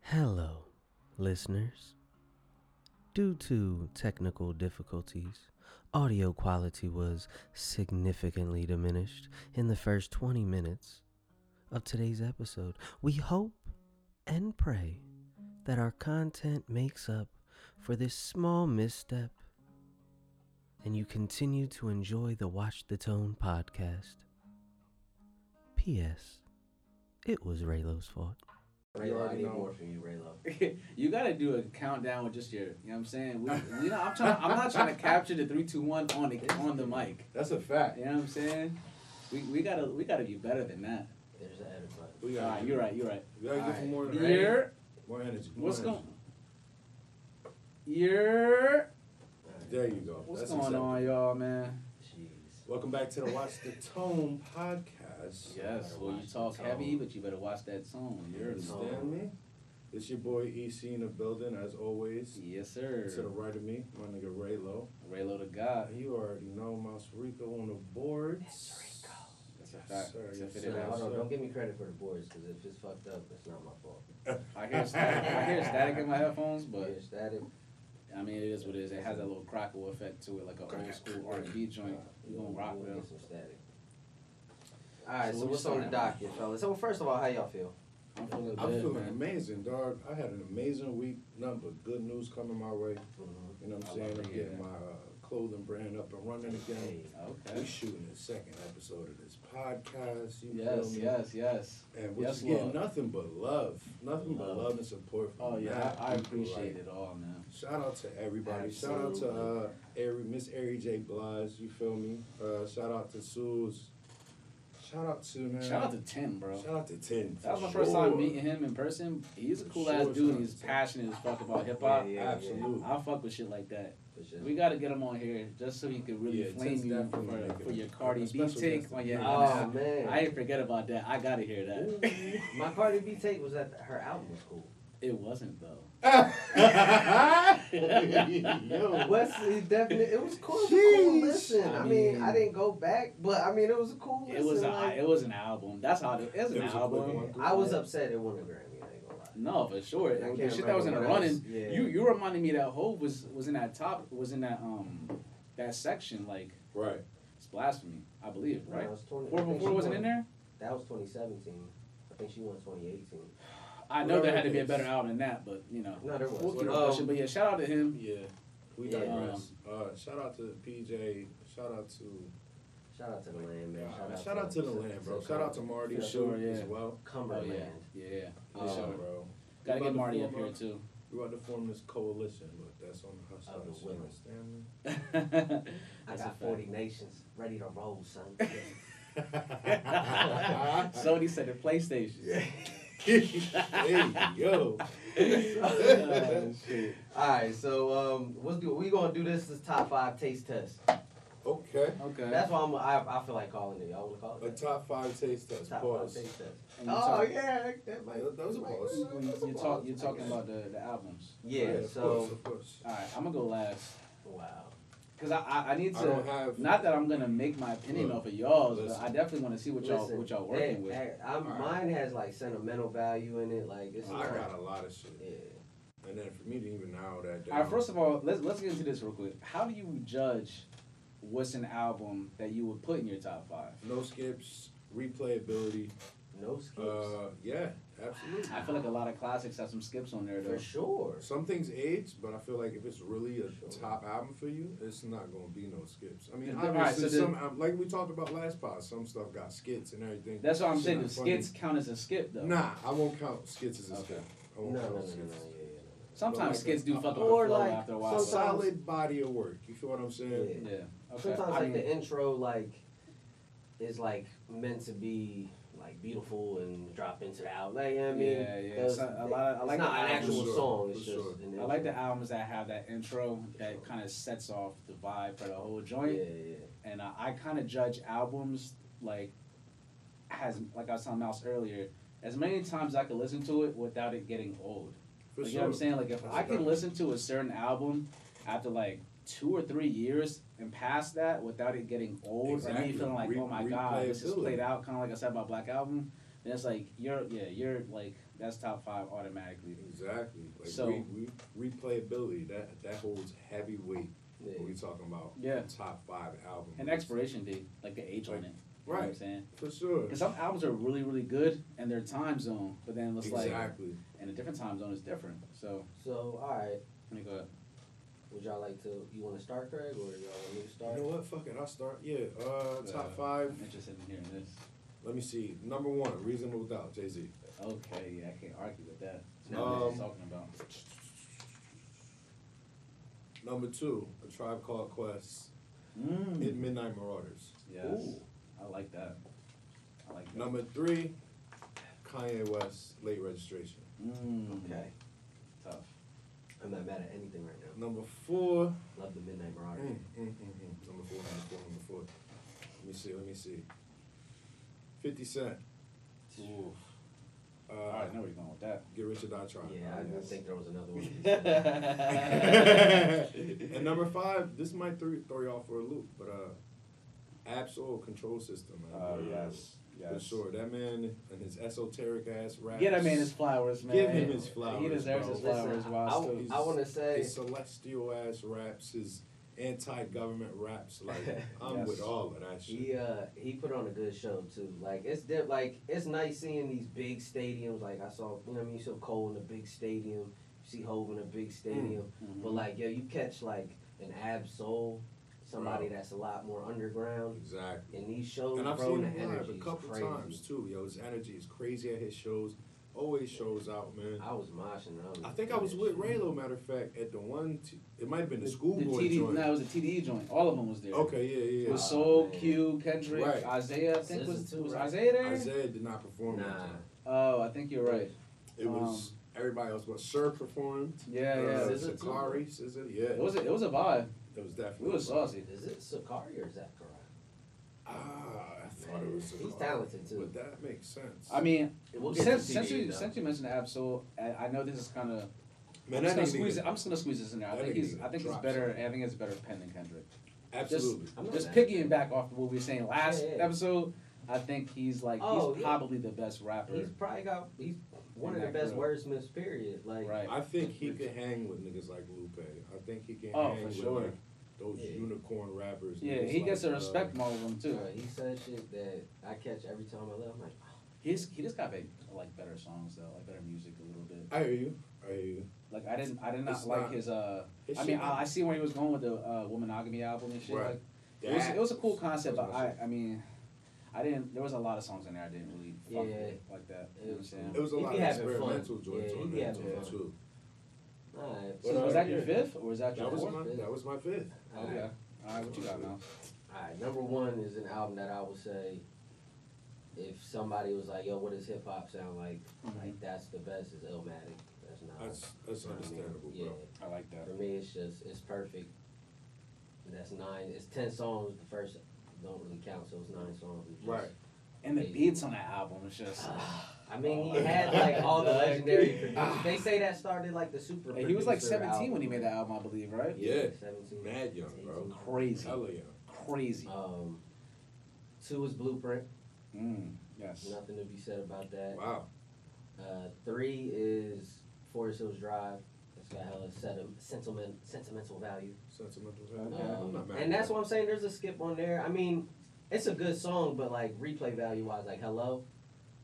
Hello, listeners. Due to technical difficulties, audio quality was significantly diminished in the first 20 minutes of today's episode. We hope and pray that our content makes up for this small misstep and you continue to enjoy the Watch the Tone podcast. P.S. It was Raylo's fault. You already need more from you, Raylo. you gotta do a countdown with just your, you know what I'm saying? We, you know, I'm trying. I'm not trying to capture the three, two, one on the on the mic. That's a fact. You know what I'm saying? We, we gotta we gotta do better than that. There's an edit button. All right, you're right. You're right. We gotta All give right. him more energy. Year, More energy. More what's energy. going? Year, There you go. what's That's going acceptable. on, y'all, man? Jeez. Welcome back to the Watch the Tone podcast. Yes. Well, you Watch talk the heavy, tone. but you better watch that song. You Year. understand me? It's your boy EC in the building, as always. Yes, sir. To the right of me, my nigga Raylo. Raylo to God. You already know Mouse Rico on the boards. Rico. That's a fact. Sir, Except yes, it Nah, is. sir, hold on, sir. don't give me credit for the boards, because if it's fucked up, it's not my fault. I hear static. I hear static in my headphones, but. It's that it- I mean, it is what it is. It has that little crackle effect to it, like an old school R and B joint. You gonna rock we'll with them? get some static. Alright, So so, what what's you on the saying? docket, fellas? So first of all, how y'all feel? I'm feeling I'm good, feeling man. amazing, dog. I had an amazing week. Nothing but good news coming my way. You know what I'm Mm-hmm. I saying? love I'm to hear getting that. my uh, clothing brand up and running again. Hey, We Okay. shooting the second episode of this podcast. You feel Yes, me? yes, yes. And we're Yes, just getting Lord. nothing but love, nothing but Love. love and support. From Oh yeah, mad I, I people, appreciate like, it all, man. Shout out to everybody. Shout out to uh, Ari, Miss Ari J. Blige. You feel me? Uh, shout out to Suze. Shout out to man. Shout out to Tim, bro. Shout out to Ten. That was for my first time sure. meeting him in person. He's a For cool sure, ass dude. son. and He's passionate as fuck about hip hop. Yeah, yeah, Absolutely. I fuck with shit like that. For sure. We gotta get him on here just so he can really Yeah, flame Tim's you definitely for, making for a- your a Cardi B special take guest on your. Oh appearance. man. I ain't forget about that. I gotta hear that. my Cardi B take was that her album was cool. It wasn't though. Yo, Wesley definitely it was cool. It was a cool Jeez. listen. I, I mean, mean- I didn't go back, but I mean it was a cool It listen. was a, like, it was an album. That's how it, it was It an was a quick album. one. I was upset it won a Grammy, I ain't gonna lie. No, for sure. I can't The shit that was in the remember what else. running. Yeah. You you reminded me that Hove was was in that top was in that um that section like right. it's blasphemy I believe No, right. it was 20 I Four think four she four wasn't won- in there. That was 2017. I think she won 2018. I know there had to be Whatever a it better is. album than that, but you know. No, there was. We'll keep Whatever. pushing, but yeah, um, shout out to him. Yeah, we Yeah. digress. Uh, shout out to PJ. Shout out to Shout out to the land, man. Uh, shout out to the land, bro. Shout out to Marty For too, sure, yeah. as well. Oh Cumberland. yeah, yeah, yeah. for Yeah, sure. bro. We Gotta get about to Marty up form here a- too. We about to form this coalition, but that's on the hustle. Of the You women. understand me? I That's a got fact. 40 nations ready to roll, son. Sony said the PlayStation. hey yo. Oh, shit. All right, so um, what's good? We gonna do this this top five taste test. Okay. Okay. That's why I'm. I, I feel like calling it. Y'all wanna call A it? that? top five taste test. Top pause. five taste test. And you Oh talk- yeah, that- that Yeah, might. that was a might- pause. that was a You talk, pause, you're I talking guess. about the, the albums. Yeah. Right, of course, so of course. All right, I'm gonna go last wow. because I, I I need I don't to. have Not that I'm gonna make my opinion Look, off of y'all's, but listen. I definitely want to see what y'all Listen, what y'all that- working with. that- I'm, All right. Mine has like sentimental value in it. Like Oh, it's. I not- got a lot of shit, Yeah. and then for me to even narrow that down. All right, first of all, let's let's get into this real quick. How do you judge what's an album that you would put in your top five? no skips, replayability. No skips. Uh, yeah, absolutely. I feel like a lot of classics have some skips on there though. For sure. Some things age, but I feel like if it's really a Sure. top album for you, it's not gonna be no skips. I mean, Yeah, obviously, alright, so then- some um, like we talked about last pod, some stuff got skits and everything. That's what I'm Shit saying. not The funny. skits count as a skip though. Nah, I won't count skits as a skip. Okay. I No, won't no, count no, no, no, skits. yeah, Sometimes Like, skits do uh, fuck up the or flow like after a A while. some- solid body of work. You feel what I'm saying? yeah. Okay. Sometimes I like mean, the intro like is like meant to be like beautiful and drop into the out. Like you know what I mean, Yeah, yeah. 'Cause So, a lot of- I it's like not the an albums. actual For sure, song. It's for just sure. an I like the intro. albums that have that intro that kind of sets off the vibe for the whole joint. Yeah, yeah. And uh, I kind of judge albums like has like I was telling Mouse earlier, as many times I could listen to it without it getting old. For Like, You sure. know what I'm saying? Like if That's I a can fact. listen to a certain album after like two or three years and past that without it getting old or me Exactly. feeling like Re- oh my god this is replayability. played out kind of like I said about Black Album. And it's like you're yeah you're like that's top five automatically. Exactly. Like So- we, we replayability that that holds heavy weight Yeah. when we talking about Yeah. top five albums. And expiration date, like the age on it. You know what I'm Right. saying? For sure. Because some albums are really really good and their time zone, but then it's like Exactly. and a different time zone is different. So So, all right. let me go. ahead. Would y'all like to? You want to start, Craig, or y'all want me to start? You know what? Fuck it. I'll start. Yeah. Uh, Uh, top five. I'm interested in hearing this. Let me see. Number one, Reasonable Doubt, Jay Z. Okay, yeah, I can't argue with that. It's Um, not what he's talking about. Number two, A Tribe Called Quest. Hit Mm. Midnight Marauders. Yes, I like that. I like that. Number three, Kanye West, Late Registration. Mm. Okay. Tough. I'm not mad at anything right now. Number four, Love the Midnight Marauder. Mm, mm, mm, mm. Number four, number four, number four. Let me see, let me see. 50 Cent. Ooh. Uh, All right, I know where you're going with that. Get Rich or Die Trying. Yeah, I didn't think there was another one. and number five, this might throw, throw y'all for a loop, but uh, Absol Control System. Man. Oh, yes. For Yes. sure. That man and his esoteric ass rap. Get that man his flowers, man. Give him his flowers, He deserves bro. his flowers. Listen, I, While still. he's- I, want to say, His celestial ass raps, his anti government raps. Like, I'm Yes. with all of that shit. he uh he put on a good show too. Like it's diff- like it's nice seeing these big stadiums. Like I saw, you know, what I mean, you saw Cole in a big stadium, you see Hove in a big stadium. Mhm. But like, yo, you catch like an Ab Soul, somebody Bro. that's a lot more underground. Exactly. And these shows, And I've bro, seen the him live energy a is couple crazy. times too, yo. His energy is crazy at his shows. Always shows out, man. I was moshing. and I think I was with Raylo, matter of fact, at the one. T- it might have been the schoolboy TD, joint. No, it was a TDE joint. All of them was there. Okay, yeah, yeah. With Ah, Soul, man. Q, Kendrick, Right. Isaiah. I think SZA was, too, was right? Isaiah there? Isaiah did not perform. that Nah. time. Oh, I think you're right. It was everybody else, but Sir performed. Um, Yeah, uh, yeah. SZA too? Sakari, SZA, yeah. It was a, it was a vibe. it was We definitely. was saucy. Is it Sakari or Zachary? Ah, I thought it was. He's Sakari, talented, too. But that makes sense. I mean, We'll get since to since TDE you though. since you mentioned Absol, I, I know this is kind of. man, that I'm just gonna nigga squeeze. need It, to- I'm just gonna squeeze this in there. I that think nigga he's. need I to think it's drop better. I think it's a better pen than Kendrick. absolutely. I'm not Just mad. picking back off of what we were saying last Yeah, yeah, yeah. episode, I think he's like Oh, he's yeah. probably the best rapper. He's probably got he's one of the that best group. wordsmiths. Period. Like right. I think he could hang with niggas like Lupe. I think he can Oh, hang for with sure. like those Yeah. unicorn rappers. yeah, niggas he gets like, a respect Uh, from all of them too. uh, he says shit that I catch every time I left. I'm like, He's he just got like, like better songs though, like better music a little bit. I hear you. I hear you. Like I didn't I did not It's like not- his uh. His I shit mean not I, I see where he was going with the uh, Womanogamy album and shit. Right. Like, it was, that- it was a cool concept, That was but my I, I mean, I didn't. There was a lot of songs in there I didn't really fuck Yeah. with like that. You know what I'm saying? shit. It was a He be lot of having fun. experimental joints Yeah, he on be that having joint, fun. too. "Ah, all right. What So uh, was that your yeah. fifth or was that your That was fourth? my that was my fifth. all Okay. right. All right, what you got now? All right, number one is an album that I would say, if somebody was like, "Yo, what does hip hop sound like?" Mm-hmm. Like that's the best is Illmatic. That's not. That's that's you know what I mean? understandable, Yeah. bro. I like that. For me, it's just it's perfect. That's nine. It's ten songs. The first don't really count, so it's nine songs. It's just- Right. And the beats on that album is just. Ah. I mean, Oh, he had like all the legendary. producers. They say that started like the super. And Ah. he was like producer 17 album. when he made that album, I believe, right? Yeah. seventeen. Mad young, bro. Crazy, Oh. Hella young. crazy. Um, two is Blueprint. Mm, yes. Nothing to be said about that. Wow. Uh, three is Forest Hills Drive. It's got hella set of sentiment, sentimental value. Sentimental Okay. value. I'm Um, not mad at and that's that. what I'm saying. There's a skip on there. I mean, it's a good song, but like replay value wise, like hello,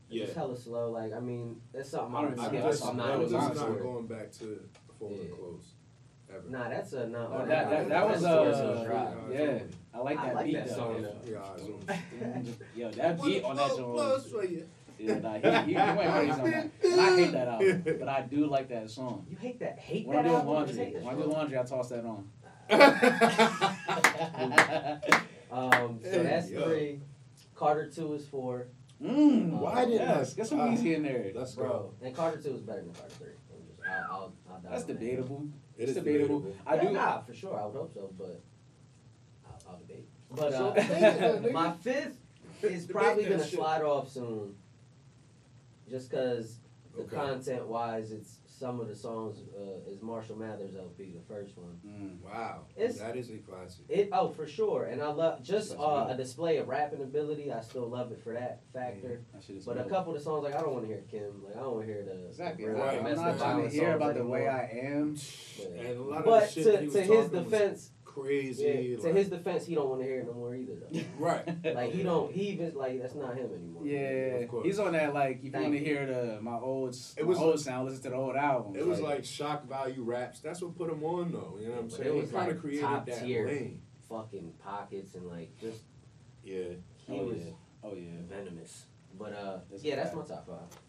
Yeah. it's hella slow. Like I mean, it's something I don't I'm, even I'm, skip just, that song. I'm not I'm just even That going was not for it. going back to full and Yeah. close. Ever. Nah, that's a no. Oh, uh, that- that- that was, Forest Hills uh, Drive. Yeah, I like I that like beat that though. song, yeah. though. Yeah, it's on. Yo, that beat on that joint. was- Yeah, nah, he, he, he went crazy on that. And I hate that album, but I do like that song. You hate that. Hate When I'm that doing album? You laundry, hate that when I do song? laundry, I toss that on. Um, so Hey, that's yo. three. Carter two is four. mm, Why didn't yes, I- Get some I- easy in there. Let's go. Bro, and Carter two is better than Carter three. I'm just, I'll, I'll, I'll die That's on that. debatable. It it's is debatable. debatable. I Yeah, do. Nah, for sure. I would hope so, but I'll, I'll debate. But So, uh, nigga, my fifth is Debate probably that gonna shit. slide off soon, just cause the Okay. content wise, it's some of the songs uh, is Marshall Mathers LP, the first one. Mm. Wow, It's- that is a classic. It oh for sure, and I love just That's uh, good. a display of rapping ability. I still love it for that factor. That shit is But a dope. couple of the songs like I don't want to hear Kim, like I don't want to hear the Exactly. the Right. I'm mess not trying with to violent hear songs about the way anymore. I am. And a lot But of the shit that he to, was to his talking was defense, crazy. yeah, to like- his defense, he don't want to hear it no more either. Though. right. Like he don't, he even like that's not him anymore. Yeah, Of course. he's on that like if you Thank want to you. hear the my old s- It my was- old sound, listen to the old album. It was like shock value raps. That's what put him on though. You know what I'm But saying? it He was, kind like, of created top that tier. lane. fucking pockets and like just Yeah. he Oh, was yeah. oh yeah. venomous. But uh, That's yeah, that's bad. my top five.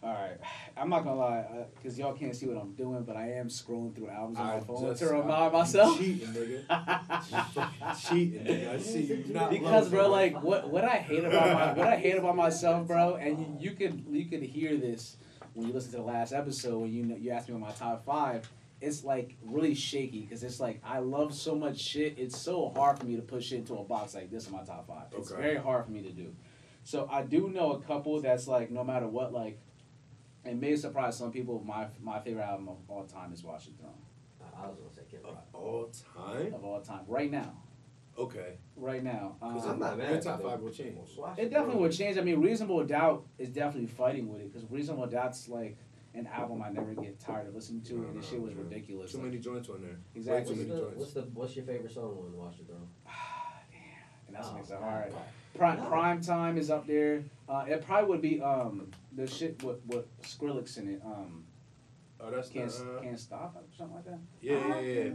All right, I'm not gonna lie, because y'all can't see what I'm doing, but I am scrolling through albums on my I phone just- to remind I- you myself. Cheating, nigga. You fucking cheating, nigga. I see you not. because loving bro, it. like what what I hate about my what I hate about myself, bro, and you, you could you could hear this when you listen to the last episode when you know, you asked me on my top five. It's like really shaky because it's like I love so much shit. It's so hard for me to put shit into a box like this in my top five. It's Okay. very hard for me to do. So I do know a couple that's like no matter what, like it may surprise some people. My my favorite album of all time is Watch the Throne I, I was gonna say Kim Of Rock. all time. of all time. Right now, Okay. right now. Um, 'Cause I'm not mad Your at top that. five will change. Oh. It definitely would change. I mean, Reasonable Doubt is definitely fighting with it because Reasonable Doubt's like an album I never get tired of listening to, and this shit was ridiculous. Too Like, many joints on there. exactly. Way too What's the, many joints. what's the what's your favorite song on Watch the Throne? And that's what makes it Ah, Oh, hard. Prime, No. Prime Time is up there. Uh, it probably would be um the shit with, with Skrillex in it. Um, Oh, that's can't the. Uh, can't stop or something like that. yeah, yeah, yeah.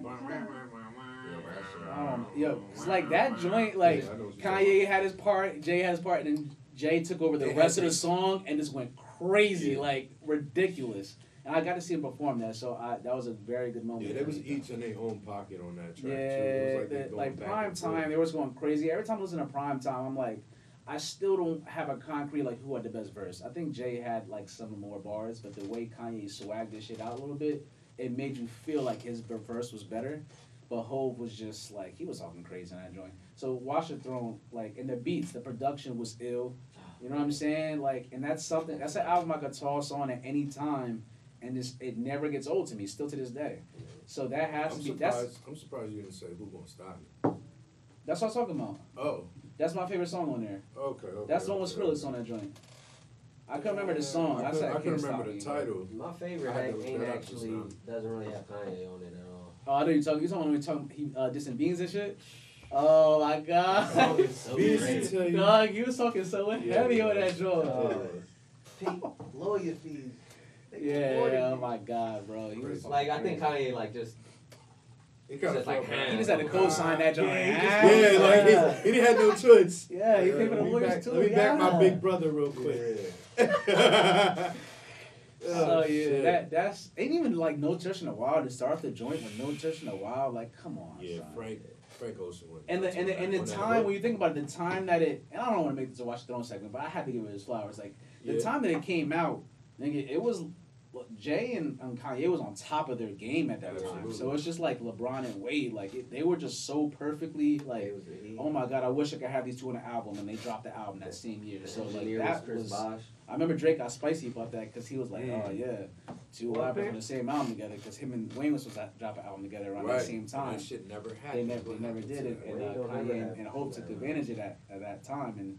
Um, yo, it's like that joint. Like Yeah, I know what you're talking Kanye had his part, Jay had his part, and then Jay took over the They rest of had the that- song and just went crazy, Yeah. like ridiculous. And I got to see him perform that, so I, that was a very good about. moment. Yeah, they for was me, though. each in their own pocket on that track too. yeah, It was like, the- they like, going back prime and forth. time, they was going crazy. Every time I listen to prime time, I'm like, I still don't have a concrete like who had the best verse. I think Jay had like some more bars, but the way Kanye swagged this shit out a little bit, it made you feel like his b- verse was better. But Hove was just like he was talking crazy in that joint. So Watch the Throne, like and the beats, the production was ill. You know what I'm saying? Like, and that's something. That's an album I could toss on at any time, and this it never gets old to me, still to this day. So that I'm has to be. That's surprised. I'm surprised you didn't say who gonna stop me. that's what I'm talking about. Oh, That's my favorite song on there. okay. okay That's the one with okay, Skrillex okay. on that joint. I couldn't remember the song. I, I, couldn't- said I couldn't Can't remember the Stop Me. title. My favorite I had to act look ain't that up just actually now. doesn't really have Kanye on it at all. Oh, I know you're talking. You're talking when we talking he uh, dissing beans and shit. Oh my That song god, is so Beans great. tell you. dog, you was talking so Yeah, heavy yeah. on that joint. Oh, Pete, lawyer fees. They supported yeah, oh me. my god, bro. He was Crazy. Like I think Kanye like just It kinda Just like, felt bad. he just had to co-sign that joint. Yeah, like yeah, he, he didn't have no choice. yeah, he Yeah, paid for the let me lawyers back- too. Let me yeah. back my big brother real quick. oh, Oh yeah, shit. that that's ain't even like no touch in the wild to start the joint with no touch in the wild. Like, come on, yeah, son. Frank Frank Ocean went. And the and the, and the time when you think about it, the time that it and I don't want to make this a Watch the Throne segment, but I had to give it his flowers. Like the Yeah. time that it came out, nigga, it was look, Jay and, and Kanye was on top of their game at that time. Absolutely. So it's just like LeBron and Wade, like it, they were just so perfectly like like, it was he, oh my god, I wish I could have these two on an album, and they dropped the album that same year. the So like engineer was that Chris was, Bosh. I remember Drake got spicy about that because he was like, Mm. oh yeah, two Well, rappers on man. the same album together because him and Wayne was supposed to drop an album together around right. the same time That shit never happened. they never, What they never happened did to it, that? and Wayne uh, don't ever Kanye have and, and Hope that, took man. advantage of that at that time, and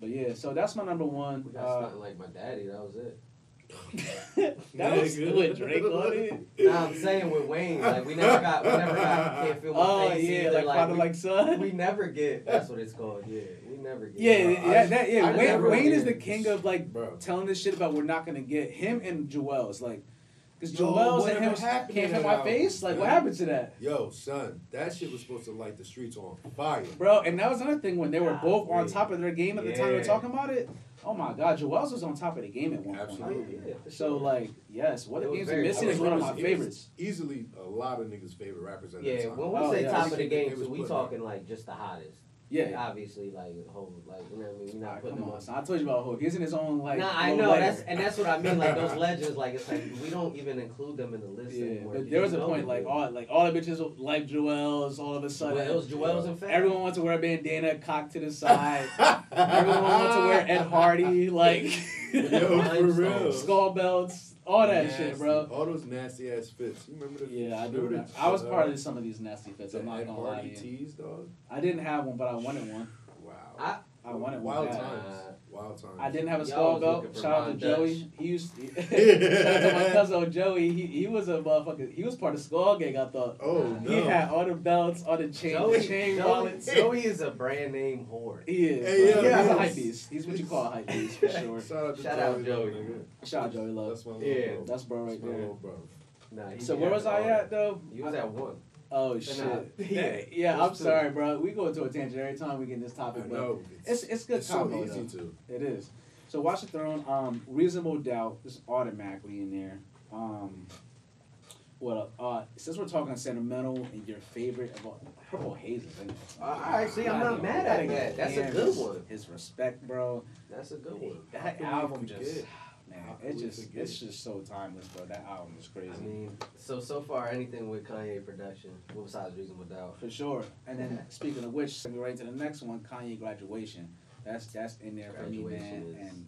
but yeah, so that's my number one. We got Uh, something like my daddy. That was it. that was Nigga. with Drake on it. Nah, I'm saying with Wayne, like we never got, we never got. Can't feel my Oh face yeah, either, like father we, like son. we never get. That's what it's called. Yeah, we never get. Yeah, I- yeah, that, yeah. I Wayne, never Wayne is the did. king of like Bro. telling this shit about we're not gonna get him and Joel's like, because Yo, Joel's and whatever him happened to can't fit that my album? face. Like, what Yeah. happened to that? Yo, son, that shit was supposed to light the streets on fire. Bro, and that was another thing when they were both on Golly. top of their game at the time they were Yeah. talking about it. Oh my God, Joel's was on top of the game at one Oh, point. Absolutely. yeah, yeah, for So sure. like, yes, what It the was games very- are missing I is mean, one of it my was- favorites. Easily a lot of niggas' favorite rappers at Yeah, that time. when we Oh, say yeah. top of the Everything that game, they so was we putting out. talking like just the hottest. Yeah. obviously, like whole, like you know what I mean. We're not Alright, putting come them on, on. son. I told you about Hulk. He's in his own like. nah, I little know layer. that's and that's what I mean. Like those legends, like it's like we don't even include them in the list Yeah, anymore. but You there was a know point them. like all like all the bitches like Joel's all of a Well, sudden. it was Joel's and Fat. Everyone wants to wear a bandana, cock to the side. Everyone wants to wear Ed Hardy, like Yo, for real. skull belts, all that shit, Nasty. bro. All those nasty ass fits. You remember the Yeah, I do. remember remember. the, I was uh, part of some of these nasty fits. the I'm not Ed gonna lie to Hardy you. tees, dog. I didn't have one, but I wanted one. Wow. I- I wanted one. Wild bad. times. Wild times. I didn't have a Y'all skull was belt. looking for Shout out to Von Joey. Dutch. He used. To, shout out to my cousin Joey. He, he was a motherfucker. He was part of Skull Gang. I thought Oh Nah. no. he had all the belts, all the chain, Joey, chain Joey, wallets. Joey is a brand name whore. He is. Hey, bro. yo, he's he a hype is. beast. He's what you call a hype beast for sure. Shout out to Shout out Joey. Joey. nigga. Shout out Joey Love. That's my Yeah. little bro. That's bro right That's my there. little bro. Nah, he So had where was all I that. at though? You was at one. Oh I- shit. Yeah. Yeah, I'm Those two. sorry, bro. We go into a tangent every time we get in this topic, I but know. it's it's good it's so combo, easy though. to. It is. So Watch the Throne, um, Reasonable Doubt is automatically in there. Um, what uh, since we're talking sentimental and your favorite of all, Purple Haze is in there. All right, see, I'm not mad at that. That's a good one. His respect, bro. That's a good one. How That can we album forget? just How man, can it we just forget? it's just so timeless, bro. That album is crazy. I mean, so so far anything with Kanye production, well, besides Reasonable Doubt. For sure. And then speaking of which, we right to the next one, Kanye graduation. That's that's in there for me, man. Graduation is- And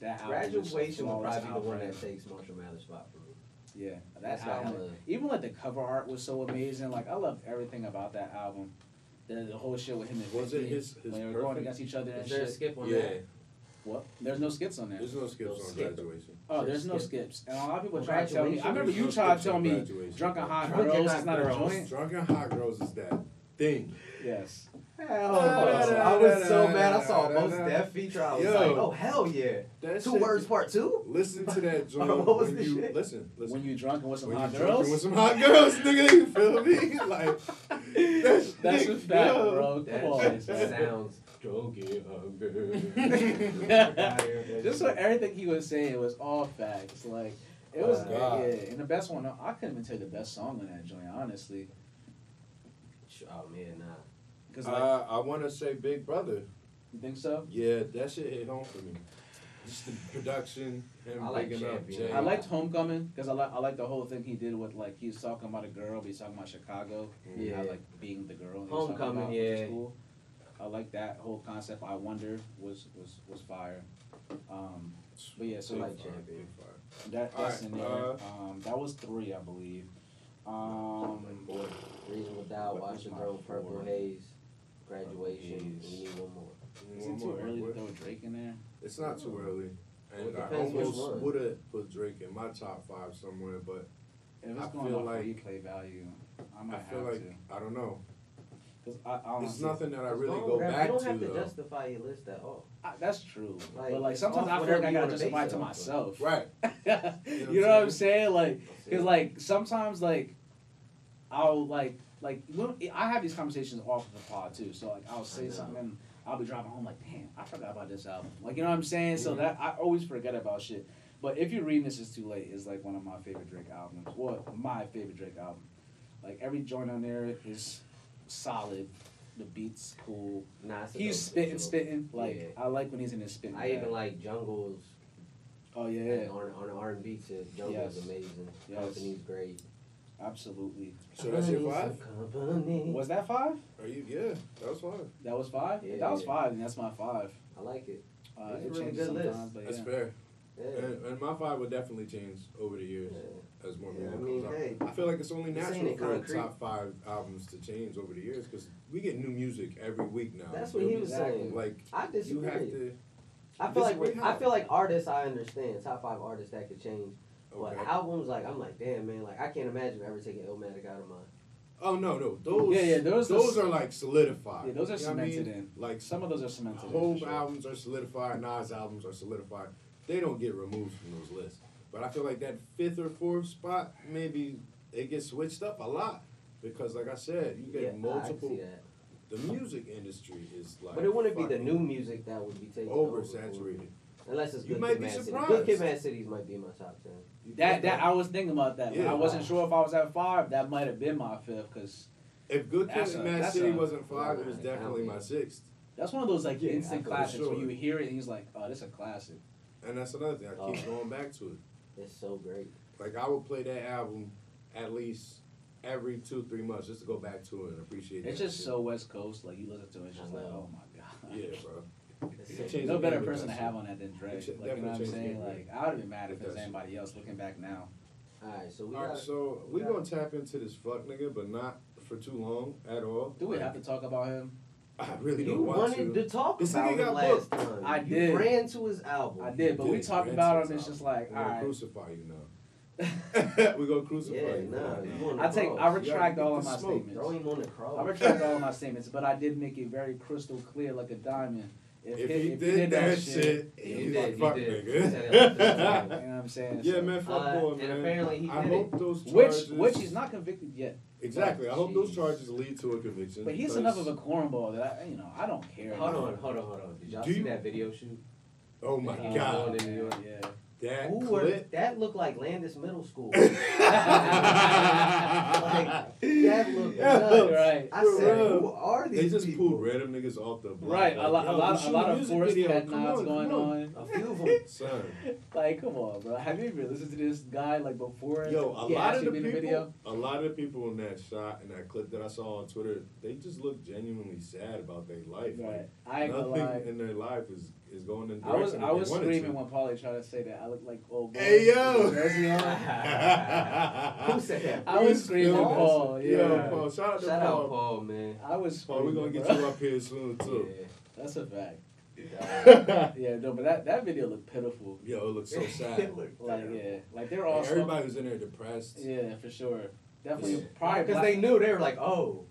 that album is Graduation would flawless probably be the one outright. that takes Marshall Mathers spot for me. Yeah, that That's how I album. love. Even like the cover art was so amazing. Like I loved everything about that album. The, the whole shit with him and Was it 50, his- his when they were going perfect- against each other and Is there a shit. skip on Yeah. that? What? There's no skits on there. There's no skips Those on skip. graduation. Oh, There's there's no skip. skips. And a lot of people try to tell me. I Graduation, remember there's you no tried to skips tell on me graduation. drunk and hot Drunk and girls Hot is not a Girls. joint. Drunk and hot girls is that thing. Yes. Hell no. I was so mad. I saw most deaf feature. I was Yo. like, oh hell yeah. That Two shit- words part two. Listen to that joint. What was when this you, shit? Listen, listen. When you drunk and with some When hot you drinking girls. with some hot girls, nigga, you feel me? Like that's, That's a nigga, fact, yo. bro. Come That on, shit man. sounds drunky hungry. hunger. Just what everything he was saying was all facts. Like it was, Oh, yeah. God. And the best one, I couldn't even tell you the best song on that joint, honestly, Oh man, nah. because like Uh, I want to say Big Brother. you think so. Yeah, that shit hit home for me. Just the production, him I like picking up Champion. Jay. I liked Homecoming because I like I like the whole thing he did with like he was talking about a girl, but he's talking about Chicago. and how, Yeah. like being the girl. he was talking Homecoming, about, which was yeah. Cool. I like that whole concept. I wonder was was was fire. Um, but yeah, so Big like fire, big fire. that All that's right, in there. uh, um, that was three, I believe. Um, Boy, Reasonable Doubt, what Watch was the my Girl, Purple four? Haze, Graduation. Haze. We need one more. is One it too more, early to boy. throw Drake in there? It's not too early. And Well, it I depends which almost one. would have put Drake in my top five somewhere, but If it's I going feel off like- replay value, I might I feel have like to. I don't know. 'Cause I, I It's honestly- nothing that I Oh, It's really wrong go with that. back You don't to uh, have to though. justify your list at all. I, that's true. Like, but like it's sometimes off I feel whatever like I you gotta wanna base justify it it to off of. myself. Right. you know what I'm saying? saying? Like, cause Yeah. like sometimes like I'll like like when, I have these conversations off of the pod too. So like I'll I say know. something. and I'll be driving home like, damn, I forgot about this album. Like you know what I'm saying? So that I always forget about shit. But if you're reading this is too late is like one of my favorite Drake albums. Well, my favorite Drake album. Like every joint on there is solid. The beats cool. Nah, it's a He's dope- spitting, it's a dope- spitting. Like Yeah. I like when he's in his spitting. I bag. even like Jungle's Oh yeah, yeah, and on on R and B to Jungle's Yes. amazing. Yes. Company's great. absolutely. So that's your Company's five? a Company. Was that five? Are you? Yeah, that was five. That was five. Yeah, that was yeah. five, and that's my five. I like it. Uh, It's it a really changes good list. sometimes, but That's yeah. fair. Yeah. And, and my five would definitely change over the years as more Yeah, I music mean, comes out. hey. I feel like it's only This natural ain't for our concrete. top five albums to change over the years because we get new music every week now. That's what he was Exactly. saying. Like I you disagree. have to. I feel like disagree we're- I how? feel like artists I understand top five artists that could change, Okay. but albums like I'm like damn man like I can't imagine ever taking Illmatic out of my Oh no, no, those. Yeah, yeah, those those. are- are like solidified. Yeah, those You know are what cemented I mean? in. Like Some of those are cemented. in, for Hove sure. albums are solidified, Nas albums are solidified. They don't get removed from those lists. But I feel like that fifth or fourth spot, maybe it gets switched up a lot. Because like I said, you get yeah, I multiple can see that. the music industry is like But it wouldn't be the fucking new music that would be taken over. oversaturated. Unless it's You Good might Kid, be Mad City. Good surprised. Kid, Mad Cities might be in my top ten. That that I was thinking about that. but Yeah. I wasn't sure if I was at five. That might have been my fifth because If Good Kid That's and a- Mad that's City a- wasn't five, it was Nah, definitely nah. my sixth. That's one of those like Yeah, instant for classics sure. where you hear it and he's like, oh, this is a classic. And that's another thing. I keep Oh. going back to It's so great. it. Like I would play that album at least every two, three months just to go back to it and appreciate It's that just shit. so West Coast. Like you listen to it, it's just I like, know. oh my god. Uh-huh. Yeah, bro. It's It so changed No the better game with person to that have shit. on that than Drake. should Like you know what I'm definitely change saying? the Like game. I would have been mad if It it was does. anybody else. Looking back now, All right, so we All got. right, so we we're got- gonna tap into this fuck nigga, but not for too long at all. do we Like, have to talk about him? I really you don't want wanted to. to talk This about nigga him got last booked. time. I you did. ran to his album. I did, but we did. talked Ran about to him. his It's just like, We're all gonna right. crucify you now. we're gonna crucify Yeah, you. nah. you now. on the I take, cross. I retract get all the of my smoke, statements. Throw him on the cross. I retract all of my statements, but I did make it very crystal clear, like a diamond. If he did that shit, Yeah, he he's did, a he fuck did. He said nigga. you it like know what I'm saying? Yeah, So- man, fuck Uh, boy, and man. apparently he I did hope those Which, charges. which he's not convicted yet, exactly. I hope those Jeez. charges lead to a conviction. but he's because- enough of a cornball that I, you know, I don't care. Hold on, hold on, hold on. Did y'all Do see you- that video shoot? Oh my Yeah. god, in New York. Yeah. that Who were, clip. that looked like Landis Middle School. Like, that looked Yeah, nuts. right. I said, For real. who are these They just people? pulled random niggas off the block. Right, a Like, lot, a yo, lot, we a shoot lot of music forced video. pet Come nods on, going come on. A few of them. Son, Like, come on, bro. Have you even listened to this guy like before? yo, a he lot of actually the made people, a video? a lot of the people in that shot and that clip that I saw on Twitter, they just look genuinely sad about their life. Right. Like, I ain't gonna nothing lie. in their life is is going in. the I was direction I that they was wanted to. screaming when Paulie tried to say that I look like old boy. Hey, yo. with a jersey on. Who said that? I was Who's screaming feeling Paul, this? yeah. Yo, Paul, shout out to Shout Paul. out Paul, man. I was. Paul, we're Oh, gonna screaming, get bro. you up here soon too. That's a fact. Yeah. Yeah, no, but that, that video looked pitiful. Yo, it looks so sad. Like, yeah, like they're all. Like, everybody was in there depressed. Yeah, for sure. Definitely, Yeah. probably Because black- they knew they were like, oh,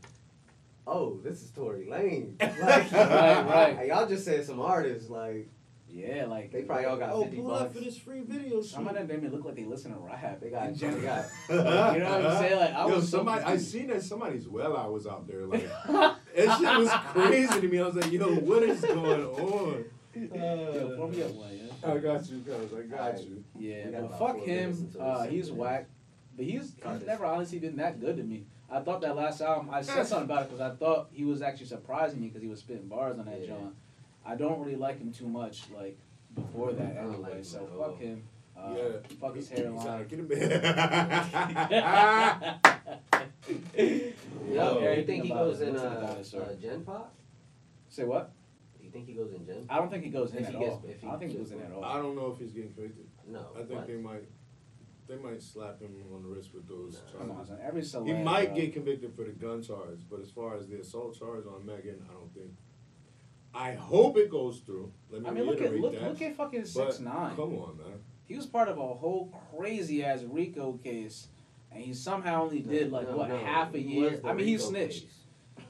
oh, this is Tory Lane. Like, Right, right. Y'all just said some artists like Yeah, like they probably all got Oh, fifty pull up bucks. for this free video shoot. Some of them made me look like they listen to rap. They got, in they general. got. You know what I'm saying? Like, I Yo, was so somebody, I confused. seen that somebody's well I was out there. Like, that shit was crazy to me. I was like, yo, what is going on? Yo, pour me up one, yeah. I got you, guys. I got Alright. you. Yeah, We got but about fuck four minutes him. until the Uh, second he's half. whack. But he's he's Curtis. never honestly been that good to me. I thought that last album. I said something about it because I thought he was actually surprising me because he was spitting bars on that Yeah. John. I don't really like him too much. Like before that, I don't anyway. like him so at all. fuck him. Uh, yeah. Fuck his He- he's hairline. out. Get him back. Yo, Yeah, you think he about goes it. in Listen uh, about it, sir. uh, Gen Pop? Say what? You think he goes in Gen? Pop? I don't think he goes in If at he gets- all. if he I don't think he gets goes in at all. I don't know if he's getting convicted. No. I think what? they might, they might slap him on the wrist with those Nah. Come on, charges. son. Every celeb, He might bro. get convicted for the gun charge, but as far as the assault charge on Megan, I don't think. I hope it goes through. Let me I mean, look at reiterate look, that. look at fucking But six nine. Come on, man. He was part of a whole crazy ass Rico case, and he somehow only did like No, what no, half a he year. was the I mean, he Rico snitched. case.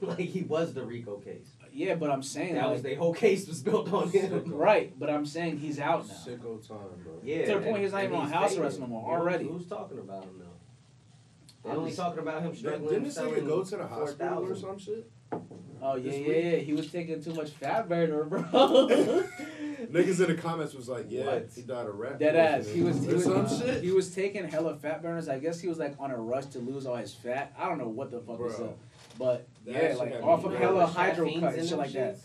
like he was the Rico case. Yeah, but I'm saying That was like, the whole case was built on him. right. But I'm saying he's out now. Sicko time, bro. Yeah. To the point he's not and even on house faded. arrest no more You know, already. Who's talking about him now? They're I'm only just- talking about him struggling. Didn't this selling nigga go to the hospital 4,000. or some shit? Oh yeah, This yeah, yeah. He was taking too much fat burner, bro. Niggas in the comments was like, yeah, What? he died of rat. Dead ass. He was he or was, some uh, shit. he was taking hella fat burners. I guess he was like on a rush to lose all his fat. I don't know what the fuck was Bro. up, but That yeah, shit like had me off of nervous. hella Caffeine's hydro in cut and them shit like that. shits?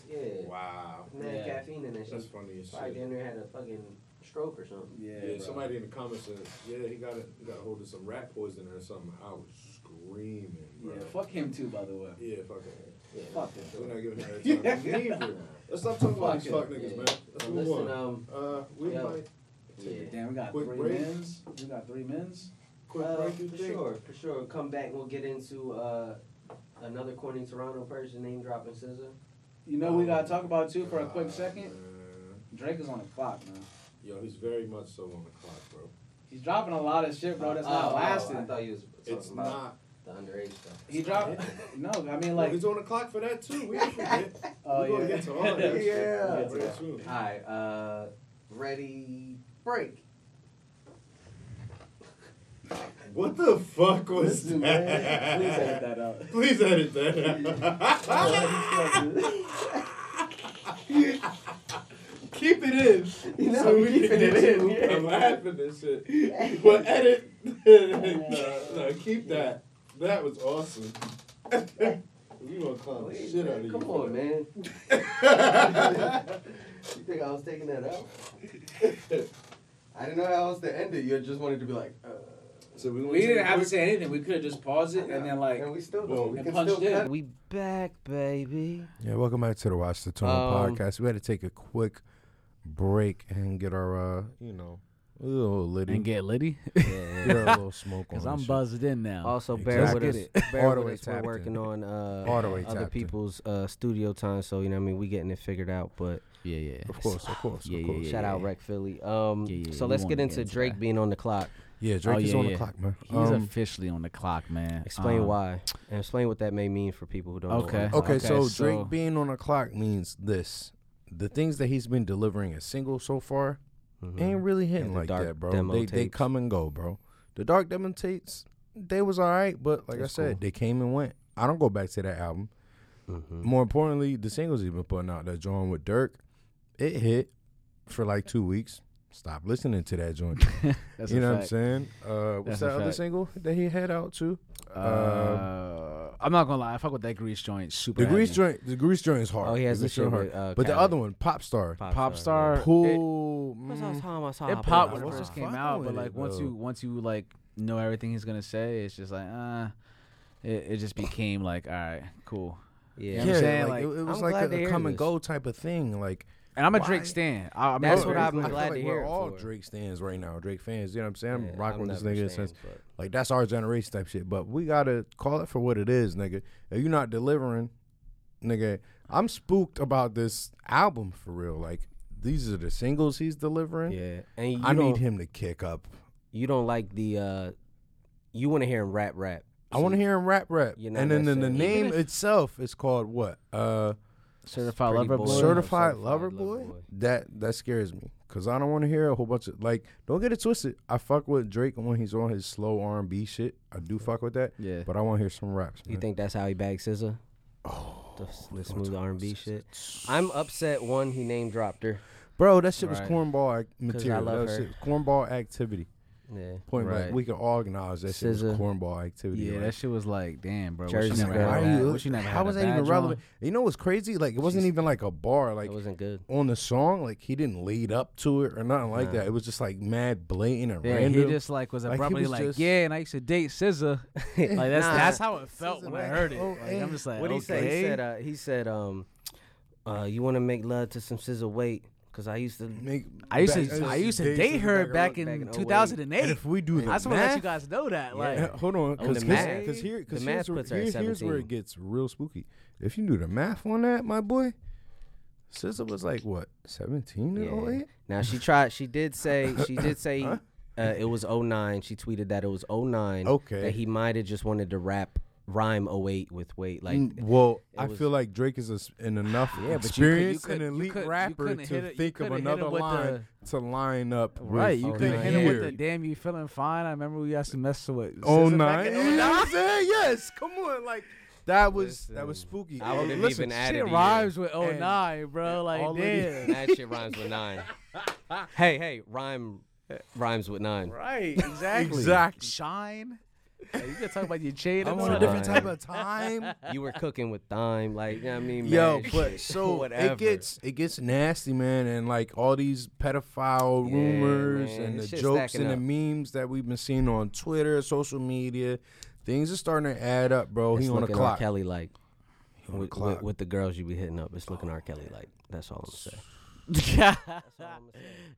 Yeah. Wow, Man, Yeah. caffeine in that's that shit. funny as Probably shit. down there had a fucking stroke or something. Yeah, Yeah, bro. somebody in the comments said, yeah, he got a, he got a hold of some rat poison or something. I was screaming, Yeah, bro. fuck him too, by the way. Yeah, fuck it. Yeah. Fuck him. We're not giving her that time. Neither. Let's stop talking about these fuck Fuck niggas, Yeah. man. Let's But move listen, on. um, Uh, we yeah. might yeah. Damn, we got Quick three break. men's. We got three men's. quick Uh, break. You for think? sure, for sure. Come back, we'll get into uh, another corny Toronto person name dropping scissor. You know we gotta talk about too for a quick second. Drake is on the clock, man. Yo, he's very much so on the clock, bro. He's dropping a lot of shit, bro. That's not Oh, oh, lasting. I thought you was talking It's about not. the underage stuff. he dropped. no, I Like, mean like. he's on the clock for that too. We don't forget. Oh We're gonna yeah. get to all of that. Yeah. We'll get to that soon. All right, uh, ready, break. What the fuck was Listen, man, that? Please edit that out. Please edit that. keep it in. You know, so we keep can it get in, you yeah. to laugh at this shit. But edit. no, no, keep that. That was awesome. we gonna clown the Wait, shit man, out of you. Come on, man. man. You think I was taking that out? I didn't know how else to end it. You just wanted to be like, uh, so we, gonna We take a didn't have to quick- say anything. We could have just paused it and then like and we still, Boom. we And can punched still in. cut. We back, baby. Yeah, welcome back to the Watch the Tune Um, podcast. We had to take a quick break and get our, uh, you know, a little litty. and get Liddy yeah, get our little smoke on. because and I'm shit. buzzed in now. Uh, Also, Um, Exactly. bear Let's with get us. it. Bear All the with way us. We're tapped working in. on uh, All the way other tapped in. people's uh, studio time, so you know, what I mean, we getting it figured out. But Yeah, yeah. Of course, of course, Yeah, of yeah, course. yeah. shout out Rec Philly. Um, Yeah, yeah, so we let's wanna get get into into Drake that. being on the clock. Yeah, Drake Oh, is yeah, on the yeah. clock, man. He's Um, officially on the clock, man. Explain Um, why and explain what that may mean for people who don't. know Okay. Know Okay, Okay, so, so- Drake being on the clock means this: the things that he's been delivering as singles so far ain't really hitting Mm-hmm. the like dark that, bro. demo They they tapes. come and go, bro. The dark demo tapes, they was all right, but like That's I said, cool. they came and went. I don't go back to that album. Mm-hmm. More importantly, the singles he's been putting out, that joint with Dirk, it hit for like two weeks. Stop listening to that joint. That's you a know what I'm fact. saying? Uh, what's That's a that other fact. single that he had out too? Um, Uh, I'm not gonna lie. I fuck with that grease joint. Super. The Grease heavy. joint, the Grease joint is hard. Oh, he has the the Grease joint shit hard. with uh, but the Khaled. other one, Pop Star. Pop star. It, Pool. What's mm, up, Tom? What's it up, popped bro? when it was first came fucking out, but with like it, once though. you once you like know everything he's gonna say, it's just like uh it, it just became like all right, cool. Yeah. You know Yeah, what I'm saying? like, Like, it, it was I'm like glad to a, a hear come and this. go type of thing. Like And I'm a Why? Drake stan. I, I mean, That's I- what I I'm feel glad like to we're hear it all for. Drake stands right now, Drake fans. You know what I'm saying? I'm Yeah, rocking I'm with this never nigga saying, since but- like that's our generation type shit. But we gotta call it for what it is, nigga. If you're not delivering, nigga, I'm spooked about this album for real. Like these are the singles he's delivering. Yeah, and you I don't, need him to kick up. You don't like the. uh You want to hear him rap, rap. I want to hear him rap rap. You're not And then the, the necessarily- name itself is called what? Uh certified Pretty lover boy. boy. certified Certified lover Lover boy? Boy. That that scares me because I don't want to hear a whole bunch of like. Don't get it twisted. I fuck with Drake when he's on his slow R and B shit. I do fuck with that, Yeah. but I want to hear some raps. You man. think that's how he bagged Scissor? Oh, the, s- the smooth R&B shit. I'm upset. One, he name dropped her. bro? That shit was Right. cornball ac- material. love that her. shit cornball activity. Yeah, Point blank, Right. we can all acknowledge that shit was SZA. cornball activity. Yeah, like, that shit was like, damn, bro. Jersey she never Girl. had why a are you? bad- she never had how a was that bad even joint. relevant? You know what's crazy? Like it wasn't even like a bar. Like that wasn't good. on the song, like he didn't lead up to it or nothing like that. It was just like mad blatant and Yeah, random. he just like was Like, he abruptly was like, just- yeah, and I used to date SZA. like that's Nah. that's how it felt when I like, heard it. oh, Like, I'm just like, What okay. he say? He said. Uh, he said. Um, uh, you want to make love to some Scissor? Wait, cause I used to. Make I used back- to I used to date her back back in in 08. 2008. And if we do the I just want to let you math, guys know that. Like, hold on, Oh, the because math. because here, because The math here's, where- puts her at here- here's where 17. it gets real spooky. If you do the math on that, my boy, SZA was like what 17 in Yeah. 08? Now she tried. She did say. She did say. Uh, it was 09. She tweeted that it was 09. Okay. That he might have just wanted to rap rhyme 08 with wait. Like Mm, Well, it I was- feel like Drake is a s an enough you could- experience you could- you and elite could- you rapper couldn't hit to it- you think of couldn't hit another it with line to line up. right? oh, You with couldn't the hit him with year. the damn. You feeling fine? I remember we used to mess with. Oh SZA back nine, in you 09. know what I'm saying? Yes, come on, like that was that was spooky. I would've Hey, even listen, added Shit the year. rhymes with And- 09, bro. all Like, of it- damn. that shit rhymes with nine. hey, hey, rhyme rhymes with nine. Right, exactly. Exactly. Shine. Like, you can talk about your chain. I'm and on all a Fine. different type of time. You were cooking with thyme, like you know what I mean. Yo, mad but shit. so Whatever. it gets it gets nasty, man, and like all these pedophile Yeah, rumors man, and this the shit's jokes and stacking the memes that we've been seeing on Twitter, social media, things are starting to add up, bro. It's he on a looking R. clock. Kelly like on the with, clock. with, with the girls you be hitting up. It's looking R. Kelly like. That's all I'm saying. that.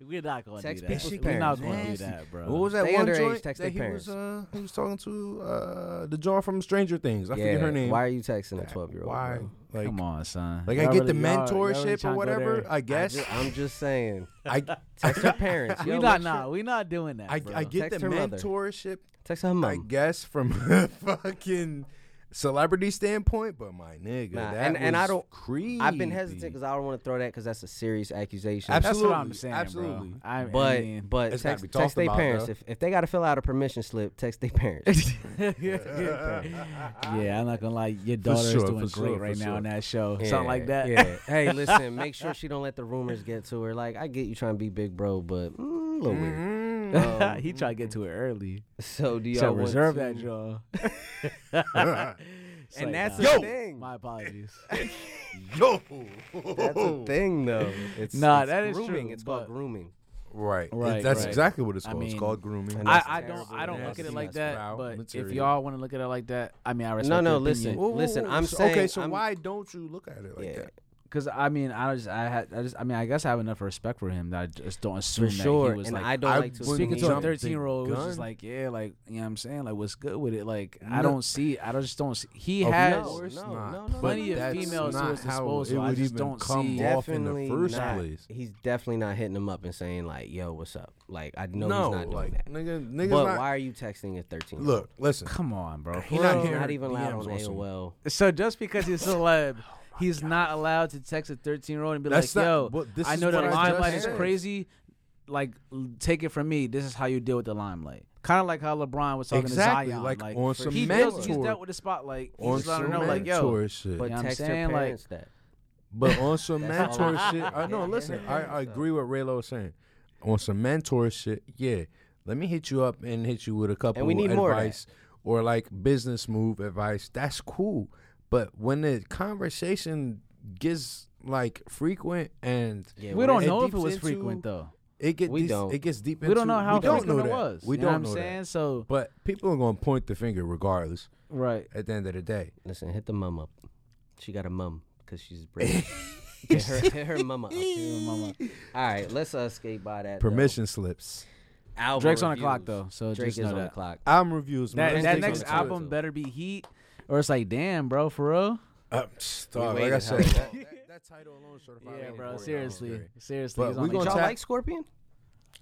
We're not going to Sex do people that. She We're not parents, going to do nasty. that, bro. What was that They one underage, joint text that their he parents. was uh, he was talking to uh, the jaw from Stranger Things? I yeah. forget her name. Why are you texting a 12 year old? Why? Like, Come on, son. like I Y'all get the really- y'all- y'all really mentorship tryna or go whatever. there? I guess. I'm just saying. I Text her parents. We Yo, not, what's nah, your- we not doing that. I, bro. I get Text the her mother. mentorship, Text her I mom. guess, from a fucking celebrity standpoint, but my nigga, Nah, that and- and I was don't- Creepy. I've been hesitant because I don't want to throw that because that's a serious accusation. Absolutely. That's what I'm saying, absolutely. bro. I, But I mean, but It's gotta text, be text talked their about, parents though. if, if they got to fill out a permission slip. Text their parents. yeah, I'm not gonna lie. Your daughter's sure, doing for great sure, for right now sure. in that show. Yeah, Something like that. Yeah. Hey, listen. Make sure she don't let the rumors get to her. Like I get you trying to be big bro, but mm, a little weird. Mm. he tried to get to it early. So do He y'all said want reserve to- that draw. It's and like, that's nah, a Yo! thing. My apologies. Yo, That's a thing, though. It's Nah, it's that is grooming. true, It's called but- grooming. Right, Right, That's right. exactly what it's I called. mean- it's called grooming. And I, that's I don't terrible, I don't look nasty, at it like that's foul that. But if material. y'all want to look at it like that, I mean I respect. No, no. your Listen, Whoa, whoa, listen. whoa. I'm So- saying. okay. So I'm- why don't you look at it like Yeah. that? Because I mean I just I had I just I mean I guess I have enough respect for him that I just don't assume For sure, that he was and like I don't I like to. wouldn't Speaking speaking he to a jumped the 13 year old was just gun? like yeah like you know what i'm saying like what's good with it like i No. don't see i just don't see he Oh, Of has course no, not. no, no, no, plenty no, of no, no, females no. who not is how disposable it i would just even don't come see off. in the Definitely first not. place. He's definitely not hitting him up and saying like, "Yo, what's up?" Like I know no, he's not doing like that. nigga, niggas but not. why are you texting at 13? Look, listen. come on bro He not he's hearing not even allowed DMs on on some- AOL. so just because he's a Oh celeb he's not allowed to text a 13 year old and be That's like not- yo what- this i is know the what I just limelight is said. crazy like l- take it from me this is how you deal with the limelight Kind of like how LeBron was talking Exactly, to Zion, like, like on some he deals, he's mentor- dealt with the spotlight. He's on just letting some her know, like, yo, mentor shit. But know what I'm text your saying? Like- parents that. But on some That's all mentor I'm shit, saying. I Yeah, no. Listen, yeah, I, yeah, I so. agree with Raylo was saying. On some mentor shit, yeah. Let me hit you up and hit you with a couple we need more of that. advice or like business move advice. That's cool. But when the conversation gets like frequent and Yeah, we when don't it's- it know if it deeps was into- frequent though. it gets We these- don't. it gets deep. We don't know into- how we don't frequent know it that. was. We don't you know what I'm know saying. that. So But people are gonna point the finger regardless. right. At the end of the day, Listen, hit the mum up. She got a mum because she's British. hit her, hit her mama up. All right, let's uh, skate by that. though. permission slips. Album Drake's on the reviews. clock though, so Drake just is know on the that. clock. Album reviews. man. That, Drake's that on next the clock, album too. better be heat, or it's like damn, bro, for real. Uh, psst, dog, like I waited said, how that, that- that title alone certified. Yeah, me bro, important. seriously, Okay. seriously. But he's we on the gonna Y'all clock. tap- like Scorpion?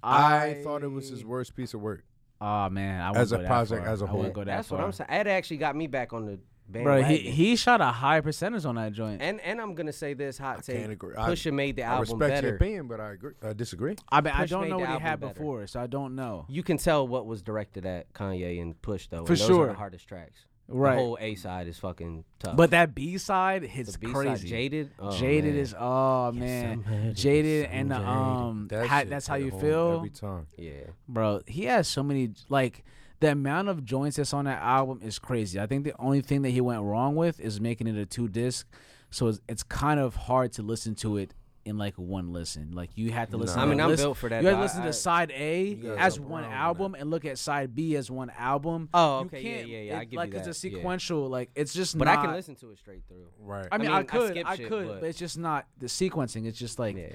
I thought it was his worst piece of work. Oh man, I wouldn't As a go that project, far. as a I wouldn't whole. go that That's what far. I'm saying. It actually got me back on the Bro, bandwagon. he he shot a high percentage on that joint. and and I'm gonna say this hot take. can't agree. I- Pusha made the I album respect your better. opinion, but I agree. I disagree. I mean, I Push don't made know the what he album had better. before, so I don't know. You can tell what was directed at Kanye and Push though. For and those Are sure. the hardest tracks. Right. The whole A side is fucking tough. But that B side the hits B side, crazy. Jaded. Oh, Jaded man. is oh I'm man, hurting, jaded I'm and the jaded. um, That ha- shit that's how hit you home feel. every time. Yeah. bro he has so many like the amount of joints that's on that album is crazy i think the only thing that he went wrong with is making it a two disc so it's, it's kind of hard to listen to it in like one listen like you have to listen Nah. to I mean, the I'm list- built for that, you have to but listen I- to side a gotta as jump one around with album and look at side b as one album Oh, You okay, yeah, can't- yeah, yeah, I it- give you like it's that, a yeah. sequential like it's just But not, I can listen to it straight through. Right. I mean, I I, mean, I could, skip I, shit, could, but- but, it's just not the sequencing. It's just like, Yeah.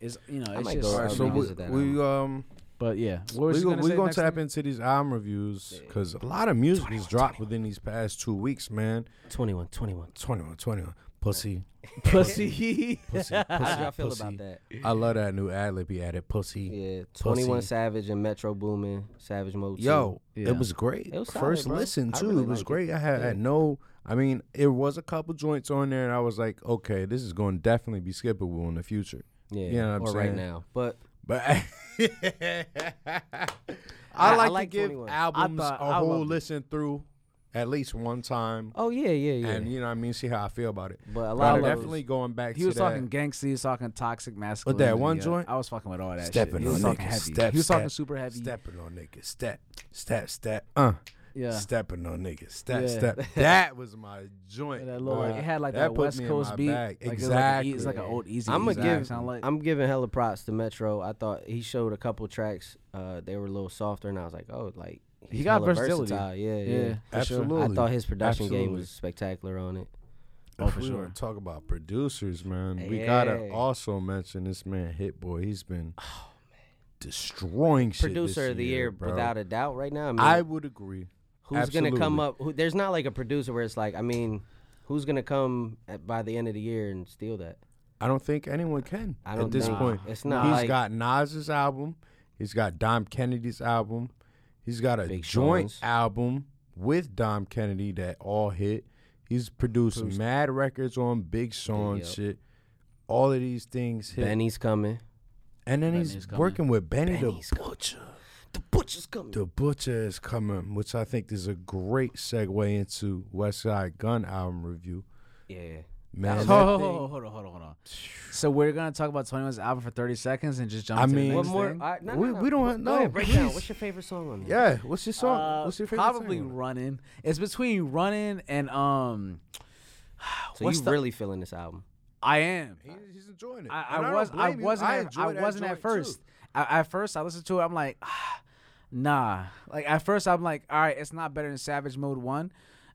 is you know, I it's might just. go All right. I'll So we, revisit that we um but yeah, what was we you gonna, gonna we say gonna next tap thing? into these album reviews because a lot of music is dropped within these past two weeks, man. 21, 21. 21, 21. pussy, pussy. pussy, pussy. How do y'all feel pussy. about that? I love that new ad lib he added, pussy. Yeah. 21 Pussy. Savage and Metro Boomin, Savage Mode. 2. Yo, Yeah. it was great. It was solid, First bro. listen I too, really it was like it. great. I had, had no. I mean, it was a couple joints on there, and I was like, okay, this is going to definitely be skippable in the future. Yeah. you know what I'm or right saying? now. But But I, I like, like to give 21. I albums thought- a I whole loved it. listen through at least one time, oh yeah, yeah, yeah. and you know what I mean. See how I feel about it. but a But lot I'm of those- definitely going back. He to was that. talking gangsta. He was talking toxic masculinity. one yeah. joint? I was fucking with all that shit. stepping He was on talking niggas. heavy. Step, he was talking step, super heavy. Stepping on niggas. Step, step, step. Uh. Yeah. Stepping on niggas. Step, Yeah. step. That was my joint. That little, boy. it had like that, put West me in Coast my beat. bag. Like, exactly. It was like, a, e, it's like an old easy. I'm gonna Exactly. give Sound like. I'm giving hella props to Metro. I thought he showed a couple tracks. Uh, they were a little softer, and I was like, oh, like He he's got hella versatility. versatile. Yeah, yeah. yeah, for sure. Absolutely. I thought his production game Absolutely. was spectacular on it. Oh, If for we sure. wanna Talk about producers, man. We gotta Yeah. also mention this man, Hit Boy. He's been Oh, destroying shit. Producer this of the year, bro. without a doubt, right now. I mean, I would agree. who's gonna come absolutely. up? Who, there's not like a producer where it's like, I mean, who's gonna come at, by the end of the year and steal that? I don't think anyone can I don't at this think- point. it's He's not like- got Nas's album. He's got Dom Kennedy's album. He's got a Big joint Sean's. album with Dom Kennedy that all hit. He's produced mad records on Big Sean Yep. shit. All of these things hit, Benny's coming. and then Benny's he's coming. working with Benny Benny's the coming. Butcher. The butcher's coming. The Butcher is coming, which I think is a great segue into West Side Gun album review. yeah. man. Hold, that- hold, hold, hold on, hold on, hold on. So we're gonna talk about Twenty One's album for thirty seconds and just jump. I to mean- the What next Next thing? I- no, no, We- no. we don't have- Go ahead, no, break down. please. What's your favorite song on there? yeah, what's your song? Uh, what's your favorite probably song? running. It's between running and um. So what's you the- really feeling this album? I am. He, he's enjoying it. I, And I don't was I blame you. wasn't I at, I enjoy that wasn't joint, at too. first. I, at first I listened to it. I'm like, ah, nah. Like at first I'm like, all right, it's not better than Savage Mode One.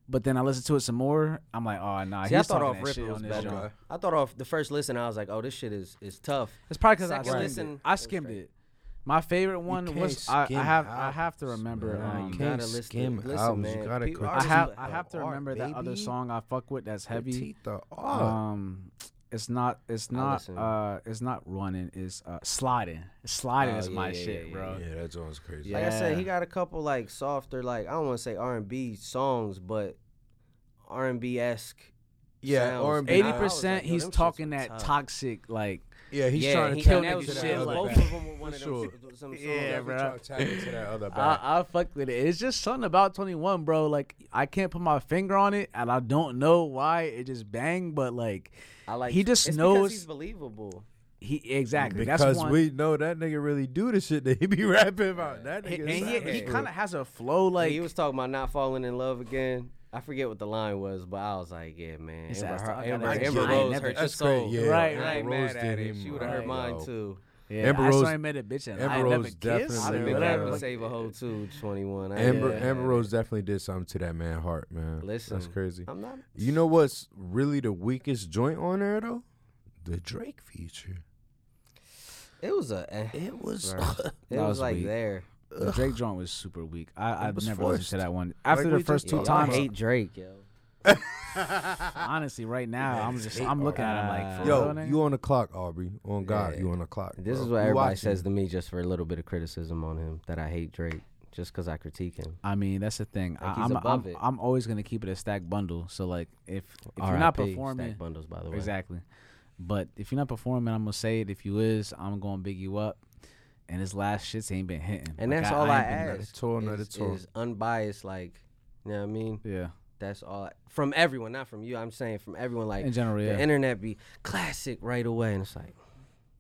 But then I listened to it some more. I'm like, oh nah. See, I he's thought talking off that rip shit it was on this better. joint. I thought off the first listen, I was like, "Oh, this shit is is tough." It's probably because I Second skimmed listen, it. it I was skimmed straight. it. My favorite one can't was I, I skim have I have to albums, remember. man. Nah, um, you can't gotta listen. skim listen, albums. You man. gotta People- cook I artists have do I that. have to art, remember that other baby. song I fuck with that's Your heavy. teeth are off. Um, it's not it's not listen. uh it's not running. It's uh sliding. Sliding Oh, is yeah, my yeah, yeah, shit, yeah, bro. yeah, that joint's crazy. Like I said, he Yeah. got a couple like softer, like I don't want to say R and B songs, but R and B esque. Yeah, sounds. R&B. And Eighty I was like, percent, yo, he's them shits talking were that tough. toxic, like Yeah, he's yeah, trying to he, tell and that niggas was to that shit. other Both back. of them were one of sure. Uh, them. Some songs Yeah, that- bro. Trying to tap into that other back. I, I fuck with it. It's just something about Twenty One, bro. Like I can't put my finger on it, and I don't know why it just bang, but like I like. He just it's knows- because he's believable. he exactly. because that's one. we know that nigga really do the shit that he be rapping about. That and nigga, he, savage, he bro. kind of has a flow, like he was talking about not falling in love again. I forget what the line was, but I was like, "Yeah, man, He said, Amber, "I Heard- thought- I Amber, thought- Amber I Rose never- hurt your that's crazy. soul." Yeah, Right, And I ain't Amber Rose mad at did it. him She would have right, hurt mine yo. too. yeah, Amber I Rose- saw him at a bitch and I Amber never Rose kissed. I'd have definitely been Yeah. glad Yeah. to save a hoe too. Twenty one. Amber Amber Rose definitely did something to that man heart, man. Listen, that's crazy. I'm not. You know what's really the weakest joint on there though? The Drake feature. It was a. eh. It was. It That was, was like weak. there. The Drake joint was super weak. I, I've was never listened to forced. that one. After Like the we first just two talked I times, hate Drake, yo. honestly, right now I'm just I'm looking at him like, for Yo, real, nigga? you on the clock, Aubrey? On God, Yeah. you on the clock? bro. This is what You everybody watching. says to me just for a little bit of criticism on him that I hate Drake just because I critique him. I mean, that's the thing. Like, I, he's I'm, above I'm, it. I'm always gonna keep it a stack bundle. So like, if if you're not RIP, performing, stack bundles by the way. exactly. But if you're not performing, I'm gonna say it. If you is, I'm gonna big you up. And his last shits ain't been hitting. And Like, that's all I, ain't another ask. tour, another is, tour. is unbiased, like you know what I mean. been- yeah, That's all I- from everyone, not from you. I'm saying from everyone. Like in general, yeah. the internet be classic right away, and it's like,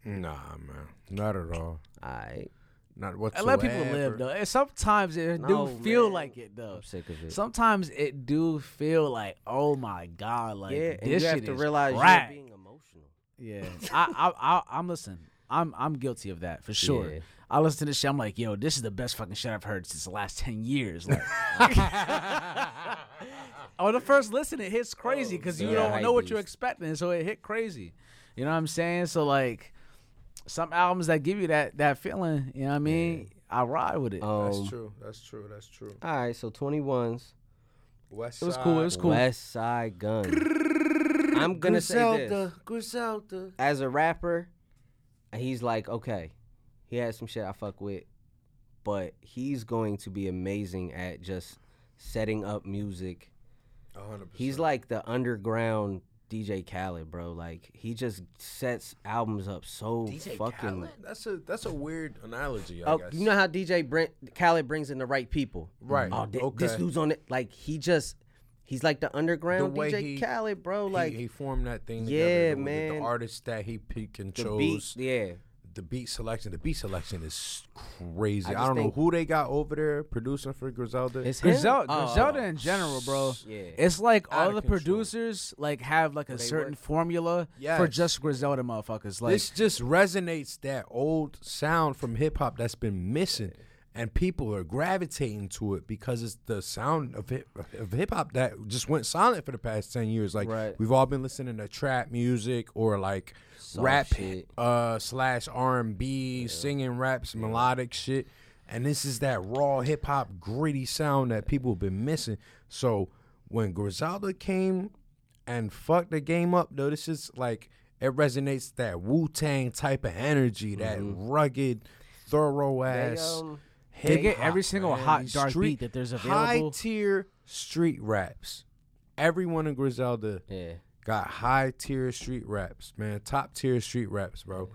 Nah, man, not at all. all right, Not whatsoever. I let people live though. And sometimes it No, do feel man. like it though. I'm sick of it. Sometimes it do feel like, oh my god, like yeah, and you this have shit to is realize crack. you're being emotional. Yeah, I, I, I, I'm listening. I'm, I'm guilty of that for sure. Yeah. I listen to this shit. I'm like, yo, this is the best fucking shit I've heard since the last ten years. Like, on the first listen, it hits crazy because you yeah, don't hype know what Oh, beast. you're expecting, so it hit crazy. You know what I'm saying? So like, some albums that give you that that feeling. You know what I mean? I ride with it. Um, That's true. That's true. That's true. All right, so 21s. West it was cool. It was cool. West Side Gun. I'm gonna say this. Griselda. as a rapper, he's like, okay, he has some shit I fuck with, but he's going to be amazing at just setting up music. 100%. He's like the underground DJ Khaled, bro. Like he just sets albums up so fucking. That's a that's a weird analogy. I Oh, guess. you know how DJ Brent, Khaled brings in the right people, Right, Oh, thi- okay. this dude's on it. Like he just, he's like the underground way DJ he- Khaled, bro. He- Like he, formed that thing. Yeah, together, the- The, man. artist that he picked and the chose. beat, yeah. the beat selection. The beat selection is crazy. I I, just don't know think- who they got over there producing for Griselda. It's him. Griselda, Oh. Griselda in general, bro. Yeah. It's like Out all of the control. producers like have like a certain work- formula for Yes. just Griselda motherfuckers. Like this just resonates that old sound from hip hop that's been missing, and people are gravitating to it because it's the sound of hip of hip hop that just went silent for the past ten years. Like Right. we've all been listening to trap music or like Soft rap shit. uh slash R and B singing raps, melodic shit. And this is that raw hip hop gritty sound that people have been missing. So when Griselda came and fucked the game up, though, this is like it resonates that Wu Tang type of energy, that Mm-hmm. rugged, thorough ass. um, They get hip-hop, every single hot, These dark beat that there's High available. tier street raps. Everyone in Griselda yeah. got high tier street raps, man. Top tier street raps, bro.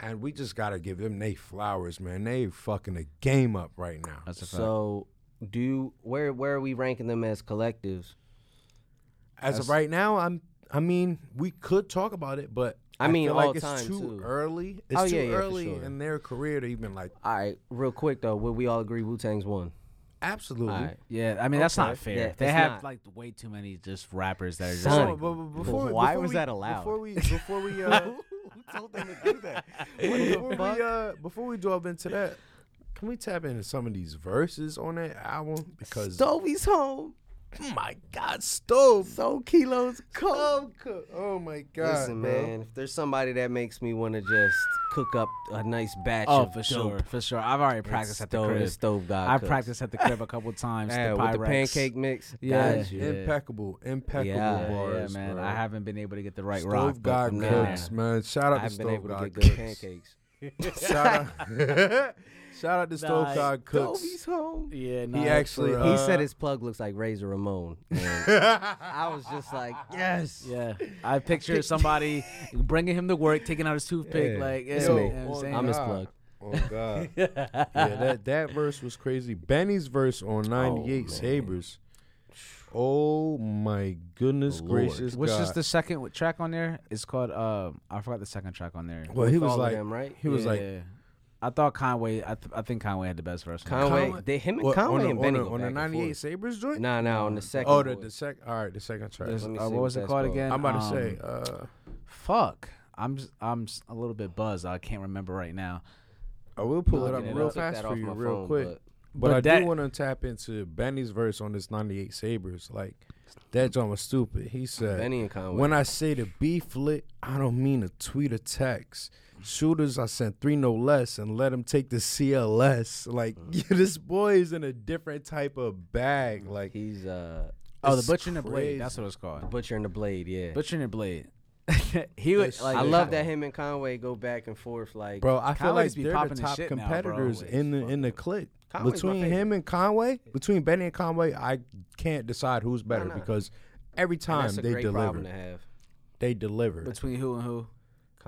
And we just gotta give them they flowers, man. They fucking the game up right now. that's a fact. So, do you- where where are we ranking them as collectives? As of right now, I'm I mean, we could talk about it, but I mean, feel all like it's time, too, too. early. It's Oh, too yeah, yeah, for early sure. in their career to even like All right, real quick though, would we all agree Wu Tang's won? absolutely. All right, Yeah, I mean that's Okay. not fair. Yeah, they it's have not. like way too many just rappers that are just Son. No, like, but- but before- why before was we- that allowed? Before we before we uh, told them to do that? Before we uh, before we delve into that, can we tap into some of these verses on that album? Because Stovey's home, oh my God, stove. so kilos cold. Oh my God, Listen, bro. man, if there's somebody that makes me want to just cook up a nice batch oh, of for dope, sure, for sure. I've already practiced at the stove, crib. stove God I cooks. practiced at the crib a couple times. Yeah, the with the Pyrex. pancake mix. Yeah. Got you. Yeah. impeccable, impeccable Yeah, Yeah, yeah, bars, man. Bro. I haven't been able to get the right Stove rock. but God I'm down. cooks, man. Shout out to I've been Stove able to God get good cooks. pancakes. Shout out, shout out to Stove Nah, God cooks. Stovey's home. Yeah, He actually he uh, said his plug looks like Razor Ramon. and I was just like, yes. Yeah, I picture somebody bringing him to work, taking out his toothpick, Yeah. like, yeah, It's you me. know what I'm his God. plug. Oh God. yeah, that, that verse was crazy. Benny's verse on 98 Oh, man. Sabres. Oh my goodness Lord. gracious. Which God. is the second w- track on there? It's called. Um, I forgot the second track on there. Well, he With was all of like them, right? he was like Yeah. I thought Conway. I, th- I think Conway had the best verse. on there. Conway, they, him and what, Conway on the, and on Benny the, go on the back and 98 forth. Sabres joint? Nah, nah, on the second. oh, the, one. the second All right, the second track. There's- Let me uh, see what what was it that's called called. again? I'm about Um, to say uh Fuck. I'm s- I'm s- a little bit buzzed. I can't remember right now. I will pull it up yeah, real Took that fast off for you my real phone, quick. but- But, But I that- do want to tap into Benny's verse on this 98 Sabres. Like, that joint was stupid. He said, Benny and Conway. When I say the beef lit, I don't mean a tweet or text. Shooters, I sent three no less and let him take the CLS. Like, this boy is in a different type of bag. Like, He's uh Oh, It's the butcher and the blade. crazy. That's what it's called. Butcher and the Blade, yeah. Butcher and the blade. he was That's like. I love that him and Conway go back and forth like bro, I feel Conway's like be they're popping the the top shit now, bro. competitors Like, in the in the clique. Conway's my between favorite. him and Conway, between Benny and Conway, I can't decide who's better nah. because every time that's a they great problem to deliver, have. they deliver. Between who and who?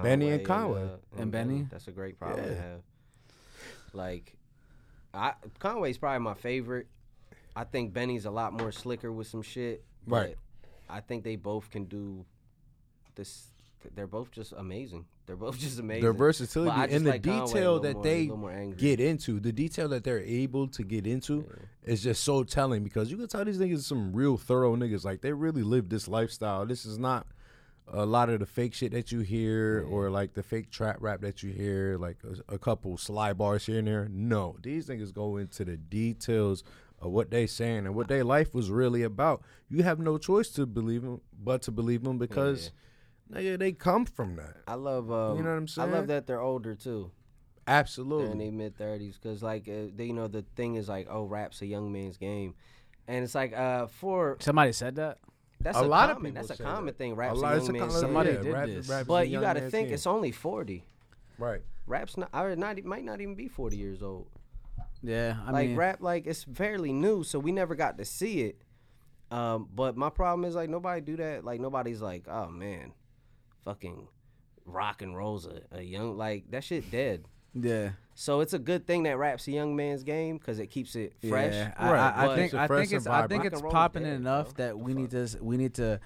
Benny and uh, Conway. And Benny? That's a great problem to have. Like I Conway's probably my favorite. I think Benny's a lot more slicker with some shit. Right. but I think they both can do this they're both just amazing. They're both just amazing. their But I versatility just and the like Conway a detail little that more- a they little more angry. get into, the detail that they're able to get into is just so telling because you can tell these niggas are some real thorough niggas. Like they really live this lifestyle. This is not a lot of the fake shit that you hear or like the fake trap rap that you hear, like a, a couple sly bars here and there. No, these niggas go into the details of what they saying and what their life was really about. You have no choice to believe them, but to believe them because, nigga, they come from that. I love um, know what I'm I love saying? that they're older too. Absolutely. in their mid thirties because like uh, they, you know the thing is like oh rap's a young man's game, and it's like uh for Somebody said that. that's A a, lot of common people that's a say that. common thing A rap's a, lot- it's young a man's common- game. Somebody yeah, did rap- this. rap is a But you young got to man's think game. it's only forty. right. Rap's not or not it might not even be forty years old. Yeah, I like mean, rap like it's fairly new, so we never got to see it. Um, but my problem is like nobody do that. Like nobody's like oh man, fucking rock and rolls a, a young like that shit dead. yeah. So it's a good thing that rap's a young man's game because it keeps it fresh. Yeah, I- Right. I, I But- think Keeps it I fresh think it's and I think vibrant. it's Rock and roll is popping dead, enough bro. that we need to s- we need to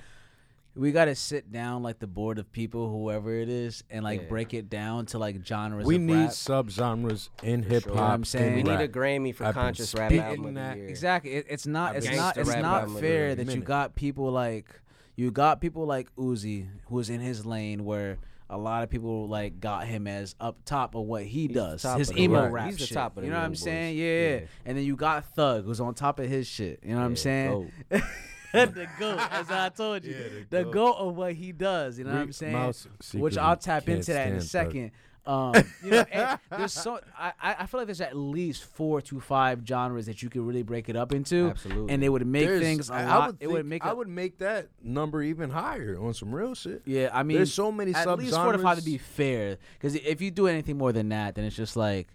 we got to sit down like the board of people whoever it is and like Yeah. break it down to like genres. We of need rap. subgenres in hip You know hop. what I'm saying? We and need a rap. Grammy for I've been conscious rap spitting album of the that- year. Exactly. It, it's not. I've It's been not. gangsta It's rap not album of the fair year. that you Minute. got people like you got people like Uzi, who's in his lane, where a lot of people like got him as up top of what he does, top his of the emo rap. rap He's the shit. top of the you know what young I'm boys. saying? Yeah. Yeah. And then you got Thug, who's on top of his shit. You know what I'm Yeah, saying? the goat, as I told you, the goat. of what he does. You know what I'm Reek saying? Mouse Which secretly I'll tap can't into that in a stand Thug. second. Um, you know, and there's so I, I I feel like there's at least four to five genres that you could really break it up into, Absolutely. and they would make There's- things a I- I lot. it think- would make. I a- would make that number even higher on some real shit. Yeah, I mean, there's so many At least four to five to subgenres. be fair, because if you do anything more than that, then it's just like,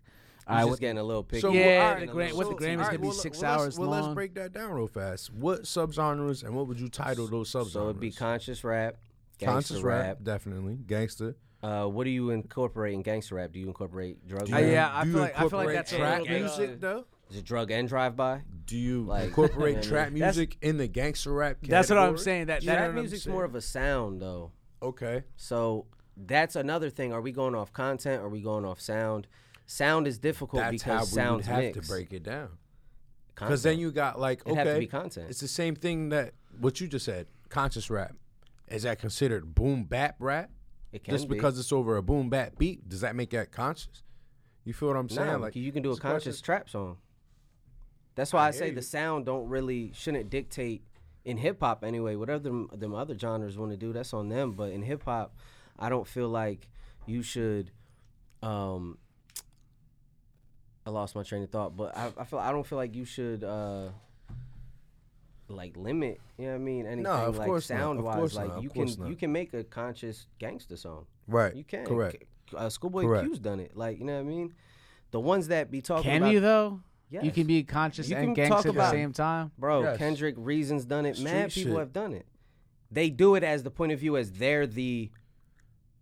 all right, I what- was getting a little picky. So, Yeah, all the gra- what the Grammys all gonna be well, six well, let's- hours well, long. let's break that down real fast. What subgenres and what would you title those subgenres? So it'd be conscious rap, gangster conscious rap. rap, definitely gangster. Uh, what do you incorporate in gangster rap? Do you incorporate drug? Do Uh, rap? you- yeah, I do you feel like- I feel like incorporate that's a trap little bit, music uh, though. Is it drug and drive by? do you Like, incorporate yeah, trap That's- music in the gangster rap? Category? That's what I'm saying. That, that Trap music's more of a sound though. Okay, So that's another thing. Are we going off content? Are we going off sound? Sound is difficult that's how we because would sounds have mixed. to break it down. Because then you got like okay, It'd have to be content. It's the same thing that what you just said. Conscious rap is that considered boom bap rap? it can Just be. because it's over a boom bap beat, does that make that conscious? You feel what I'm Nah, saying? like you can do a it's question- conscious trap song. That's why I, hear say you. the sound don't really shouldn't dictate in hip hop anyway. Whatever them, them other genres want to do, that's on them. But in hip hop, I don't feel like you should. Um, I lost my train of thought, but I, I feel I don't feel like you should uh, like limit. You know what I mean? Anything of like course not. Of sound wise, course like not. Of you can course not. you can make a conscious gangster song. Right. You can. Correct. C- Uh, Schoolboy Correct. Q's done it. Like, you know what I mean? The ones that be talking Can about. you though? You Yes. can be conscious You and can talk gangster at the about- same time. Bro, Yes. Kendrick Reason's done it. Mad Street people shit. have done it. They do it as the point of view as they're the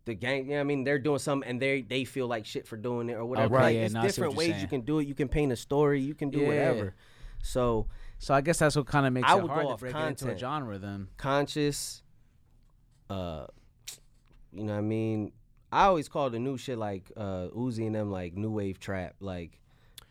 the gang. You know what I mean? They're doing something and they they feel like shit for doing it or whatever. Okay, like, yeah, it's no, I see what different you're ways saying. you can do it. You can paint a story. You can do Yeah. whatever. So, So I guess that's what kind of makes I it would hard go to off break it into a content. genre. Then conscious uh you know what i mean i always call the new shit like uh uzi and them like new wave trap like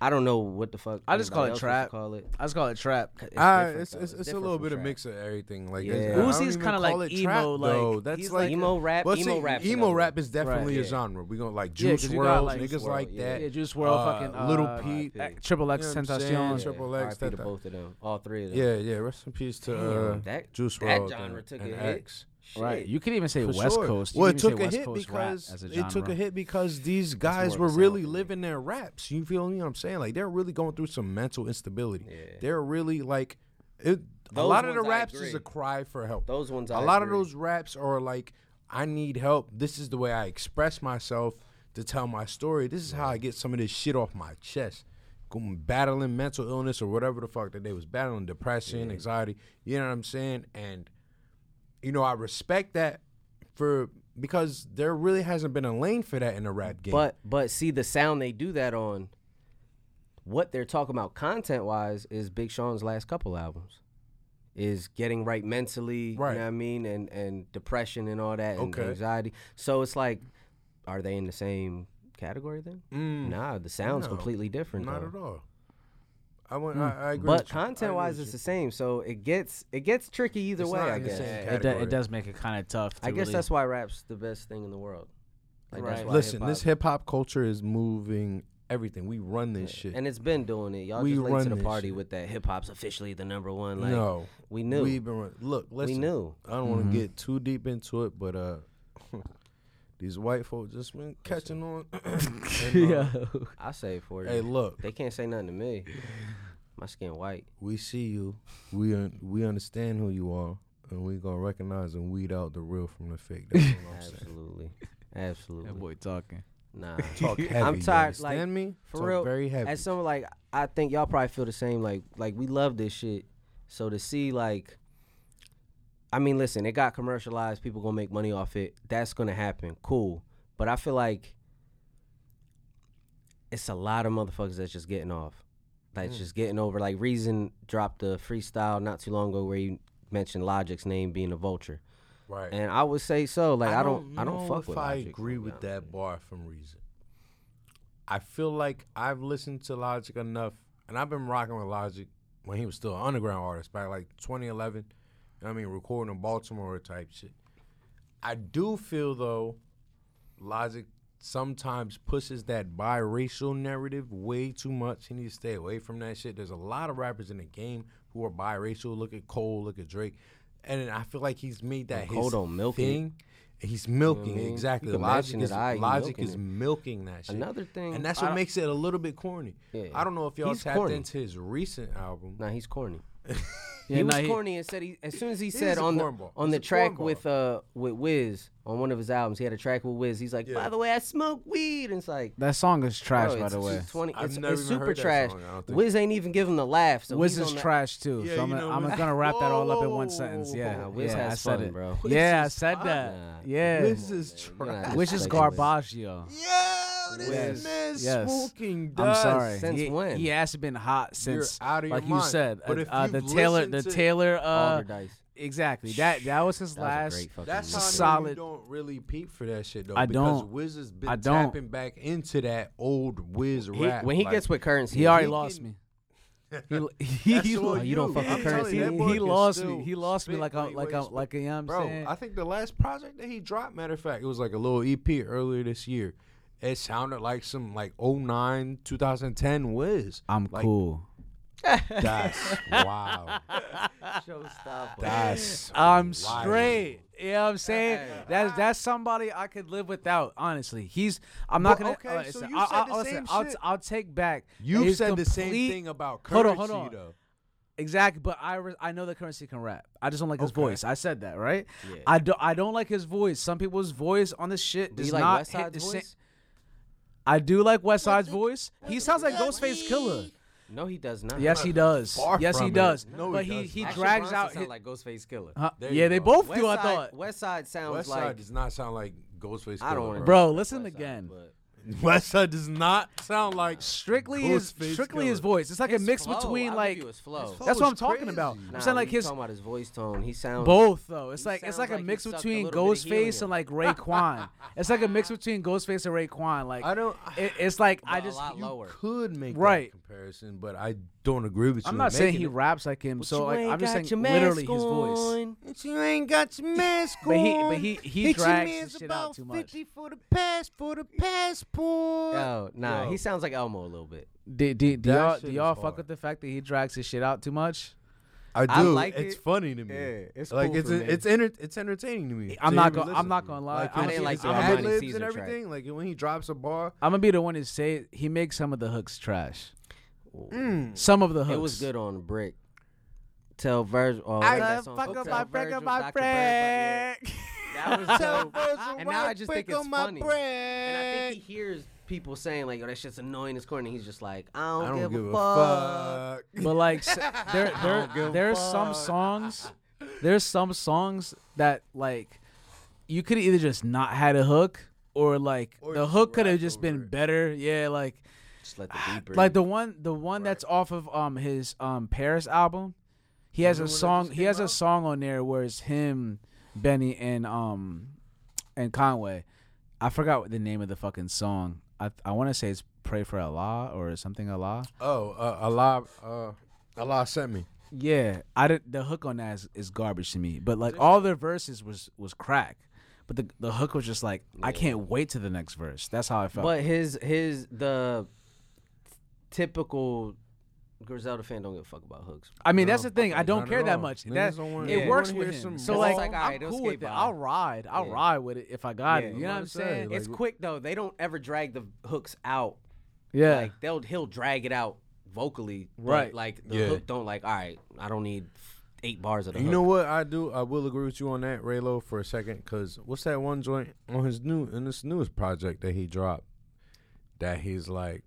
i don't know what the fuck I just call anybody it else wants trap. to call it I just call it trap. it's, Ah, different, it's though. it's, it's a different little from bit of trap. mix of everything. Like, Yeah. it's- I don't Uzi's even kinda call like it trap, emo, though. like, that's he's like like emo rap Well, emo see, rap's emo another rap one. is definitely a yeah. genre. We gonna like Yeah, Juice 'cause you got, World, like, niggas Juice like WRLD, yeah. that. Yeah, Juice World, uh, fucking Little uh, Pete, R.I.P. Triple X You know what I'm saying? Tentacion. Triple Yeah, X, RIP to that- both of them all three of them Yeah, yeah. Rest in peace to Damn, uh, that- Juice that World. genre and, took a and hit. X. Right. Shit. You could even say For West sure. Coast. You Well, it could even say took a West hit Coast rap because as a it took genre. a hit because these more guys of were a sound really for me. living their raps. You feel me? What I'm saying like they're really going through some mental instability. Yeah. They're really like it. A Those lot of the ones I raps is agree. a cry for help. those ones A I lot of agree. those raps are like, I need help. This is the way I express myself to tell my story. This is how I get some of this shit off my chest. Going- Battling mental illness or whatever the fuck that they was battling, depression, anxiety. You know what I'm saying? And you know, I respect that for because there really hasn't been a lane for that in the rap game. But but see the sound they do that on. What they're talking about content wise is Big Sean's last couple albums, is getting right mentally. Right. You know what I mean, and and depression and all that, and Okay. anxiety. So it's like, are they in the same category then? Mm, Nah, the sound's No, completely different. not though. at all. I, went, I, I agree. But with you. I agree content wise, with it's you. the same. So it gets it gets tricky either It's way. not I in the guess. same It, do, category. it does make it kind of tough. To I guess really- that's why rap's the best thing in the world. Like, that's Right. why Listen, hip-hop- this hip hop culture is moving everything. We run this shit. And it's been doing it. Y'all We just late run to the this party shit. with that. Hip hop's officially the number one. Like, no, we knew. We've been run- look. Listen, knew. I don't want to get too deep into it, but uh, these white folks just been catching on. And, uh, I say it for you. Hey, look, They can't say nothing to me. My skin white. we see you. We un- we understand who you are, and we gonna recognize and weed out the real from the fake. That's all I'm saying. Absolutely. That Absolutely. boy talking. Nah. Talk heavy. I'm tired. You Like understand me? for Talk real. Very heavy. As someone like I think y'all probably feel the same. Like like we love this shit. So to see like I mean, listen, it got commercialized, people gonna make money off it. That's gonna happen. Cool. But I feel like it's a lot of motherfuckers that's just getting off. Mm. Like just getting over like Reason dropped a freestyle not too long ago where he mentioned Logic's name being a vulture. right. And I would say so. Like I don't, I don't, know fuck if with. I Logic, agree to be with honest. that bar from Reason. I feel like I've listened to Logic enough, and I've been rocking with Logic when he was still an underground artist back like 2011. You know what I mean, recording in Baltimore type shit. I do feel though, Logic sometimes pushes that biracial narrative way too much. He needs to stay away from that shit. There's a lot of rappers in the game who are biracial. Look at Cole. Look at Drake. And I feel like he's made that Cole his don't milk it. thing. He's milking You know what I mean? exactly. You can Logic mention is it, aye, you logic milking is it. milking that shit. Another thing, and that's what I- makes it a little bit corny. Yeah. I don't know if y'all He's tapped corny. into his recent album. Nah, he's corny. Yeah, he was nah, he- corny and said he, as soon as he He's said a on the cornball. on He's the a track cornball. with uh with Wiz on one of his albums, he had a track with Wiz. He's like, by the way, I smoke weed. And it's like. That song is trash, bro, by it's the way. just 20, I've it's never it's even super heard that trash. song, I don't think. Wiz ain't even giving the laugh. So Wiz he's is on that- trash too. Yeah, so I'm, you gonna, know I'm what? gonna wrap that all up in Whoa, whoa, one whoa, sentence. whoa, Yeah, whoa, Nah, Wiz yeah, I has said fun, it. bro. Yeah, I is said hot. that. Nah, yeah, This is You're trash. not Wiz is disrespecting Wiz. Garbaggio. Yeah, yo, this Yes, man's yes. smoking I'm does. sorry. Since he, when? He has been hot You're since, out of like your you mind. said, but uh, if uh, you've the Taylor, listened the to- Taylor. Uh, Alderdice. exactly. That that was his That was a last. great fucking That's how I movie. know Solid. you don't really peep for that shit though. I because don't. Wiz has been I don't. tapping back into that old Wiz He- rap. when he like, gets with currency, He already He lost can- me. He, That's he, all Oh, you don't fuck with I'm telling currency. you, that He- boy he can lost me. still He lost me spit like I'm- the like way he I'm- spit. like, you know what I'm Bro, saying? I think the last project that he dropped, matter of fact, it was like a little EP earlier this year. It sounded like some like 09, 2010 Wiz. I'm like, cool. That's wow. That's I'm wild. straight. You know what I'm saying? That's that's somebody I could live without. Honestly, he's. I'm not But gonna. okay, uh, so listen, you I, said I, the listen, same I'll, shit. I'll take back. You've his said the same complete- thing about Hold currency on, hold on. though. Exactly, but I re- I know that currency can rap. I just don't like his Okay. voice. I said that right. Yeah. I don't I don't like his voice. Some people's voice on this shit Do you does like not West hit the Side's same. voice? I do like West Side's voice. He sounds like Ghostface Killer. No, he does not. Yes, he does. Far yes, from he it. does. No, he but he, doesn't. he Action drags out. sound His, like Ghostface Killer. huh? There Yeah, you they go. both West do. I Side, thought, West Side sounds West like Side does not sound like Ghostface. I don't Killer, want to. Bro, listen again. West Side does not sound like strictly his Ghostface strictly Killer. his voice. It's like a mix between like flow. flow. Oh, that's what I'm it's talking crazy. about. Nah, I'm saying like his talking about his voice tone. He sounds both though. It's He like it's sounds like a like he mix sucked a between little bit of Ghostface helium. and like Raekwon. it's like a mix between Ghostface and Raekwon. Like I don't. it, it's like I Well, a just lot lower. could make Right. that comparison, but I don't agree with you. I'm in not saying making he it. raps like him. so You like ain't I'm just got saying your literally mask his voice. on. But you ain't got your mask But he- but he- he drags his shit out too much. for the pass for the passport. Oh, nah, Yo. he sounds like Elmo a little bit. Do, do, do That y'all shit do is y'all fuck hard. with the fact that he drags his shit out too much? I do. I like it's it. funny to me. Yeah, it's like cool it's for me. it's enter- it's entertaining to me. I'm to not hear him gonna- I'm listen. not gonna lie. I when didn't he like gets the the Adam ad-libs Caesar and track. everything. Like when he drops a bar, I'm gonna be the one to say he makes some of the hooks trash. Some of the hooks. Mm. It was good on Brick. Tell Virgil. I Oh, what's that love song? fuck Tell up my brick Virgil, up my Dr. Bird, brick. but yeah. That was dope. and And now I just think it's funny. And I think he hears people saying like, "Yo, that shit's annoying as corny." He's just like, "I don't, I don't give, give a fuck." a fuck. But like s- there there there's some songs there's some songs that like you could either just not had a hook or like Or the just hook could have rap just over been it. better. Yeah, like ah, Just let the beat breathe. like the one the one that's off of um his um Paris album. He has new a one that song just he has came a out? song on there where it's him, Benny and um and Conway. I forgot what the name of the fucking song. I I want to say it's Pray for Allah or something Allah. Oh, uh, Allah, uh, Allah sent me. Yeah, I did, the hook on that is, is garbage to me. But like all their verses was was crack. But the the hook was just like I can't wait to the next verse. That's how I felt. But his his the typical Griselda fan don't give a fuck about hooks. I mean, that's the No, thing. I don't not at care that all. much. Niggas That, don't wanna- it Yeah. works wanna with hear some him. So more. like, It's like, I'm alright, let's cool get with it. by. I'll ride. I'll Yeah. ride with it if I got Yeah, it. you You know what wanna I'm say, saying? like- it's quick though. They don't ever drag the hooks out. yeah. Like they'll he'll drag it out vocally. but, Right. Like the Yeah. hook don't like. All right, I don't need eight bars of the You hook. know what I do? I will agree with you on that, Raylo, for a second. Cause what's that one joint on his new in this newest project that he dropped? That he's like,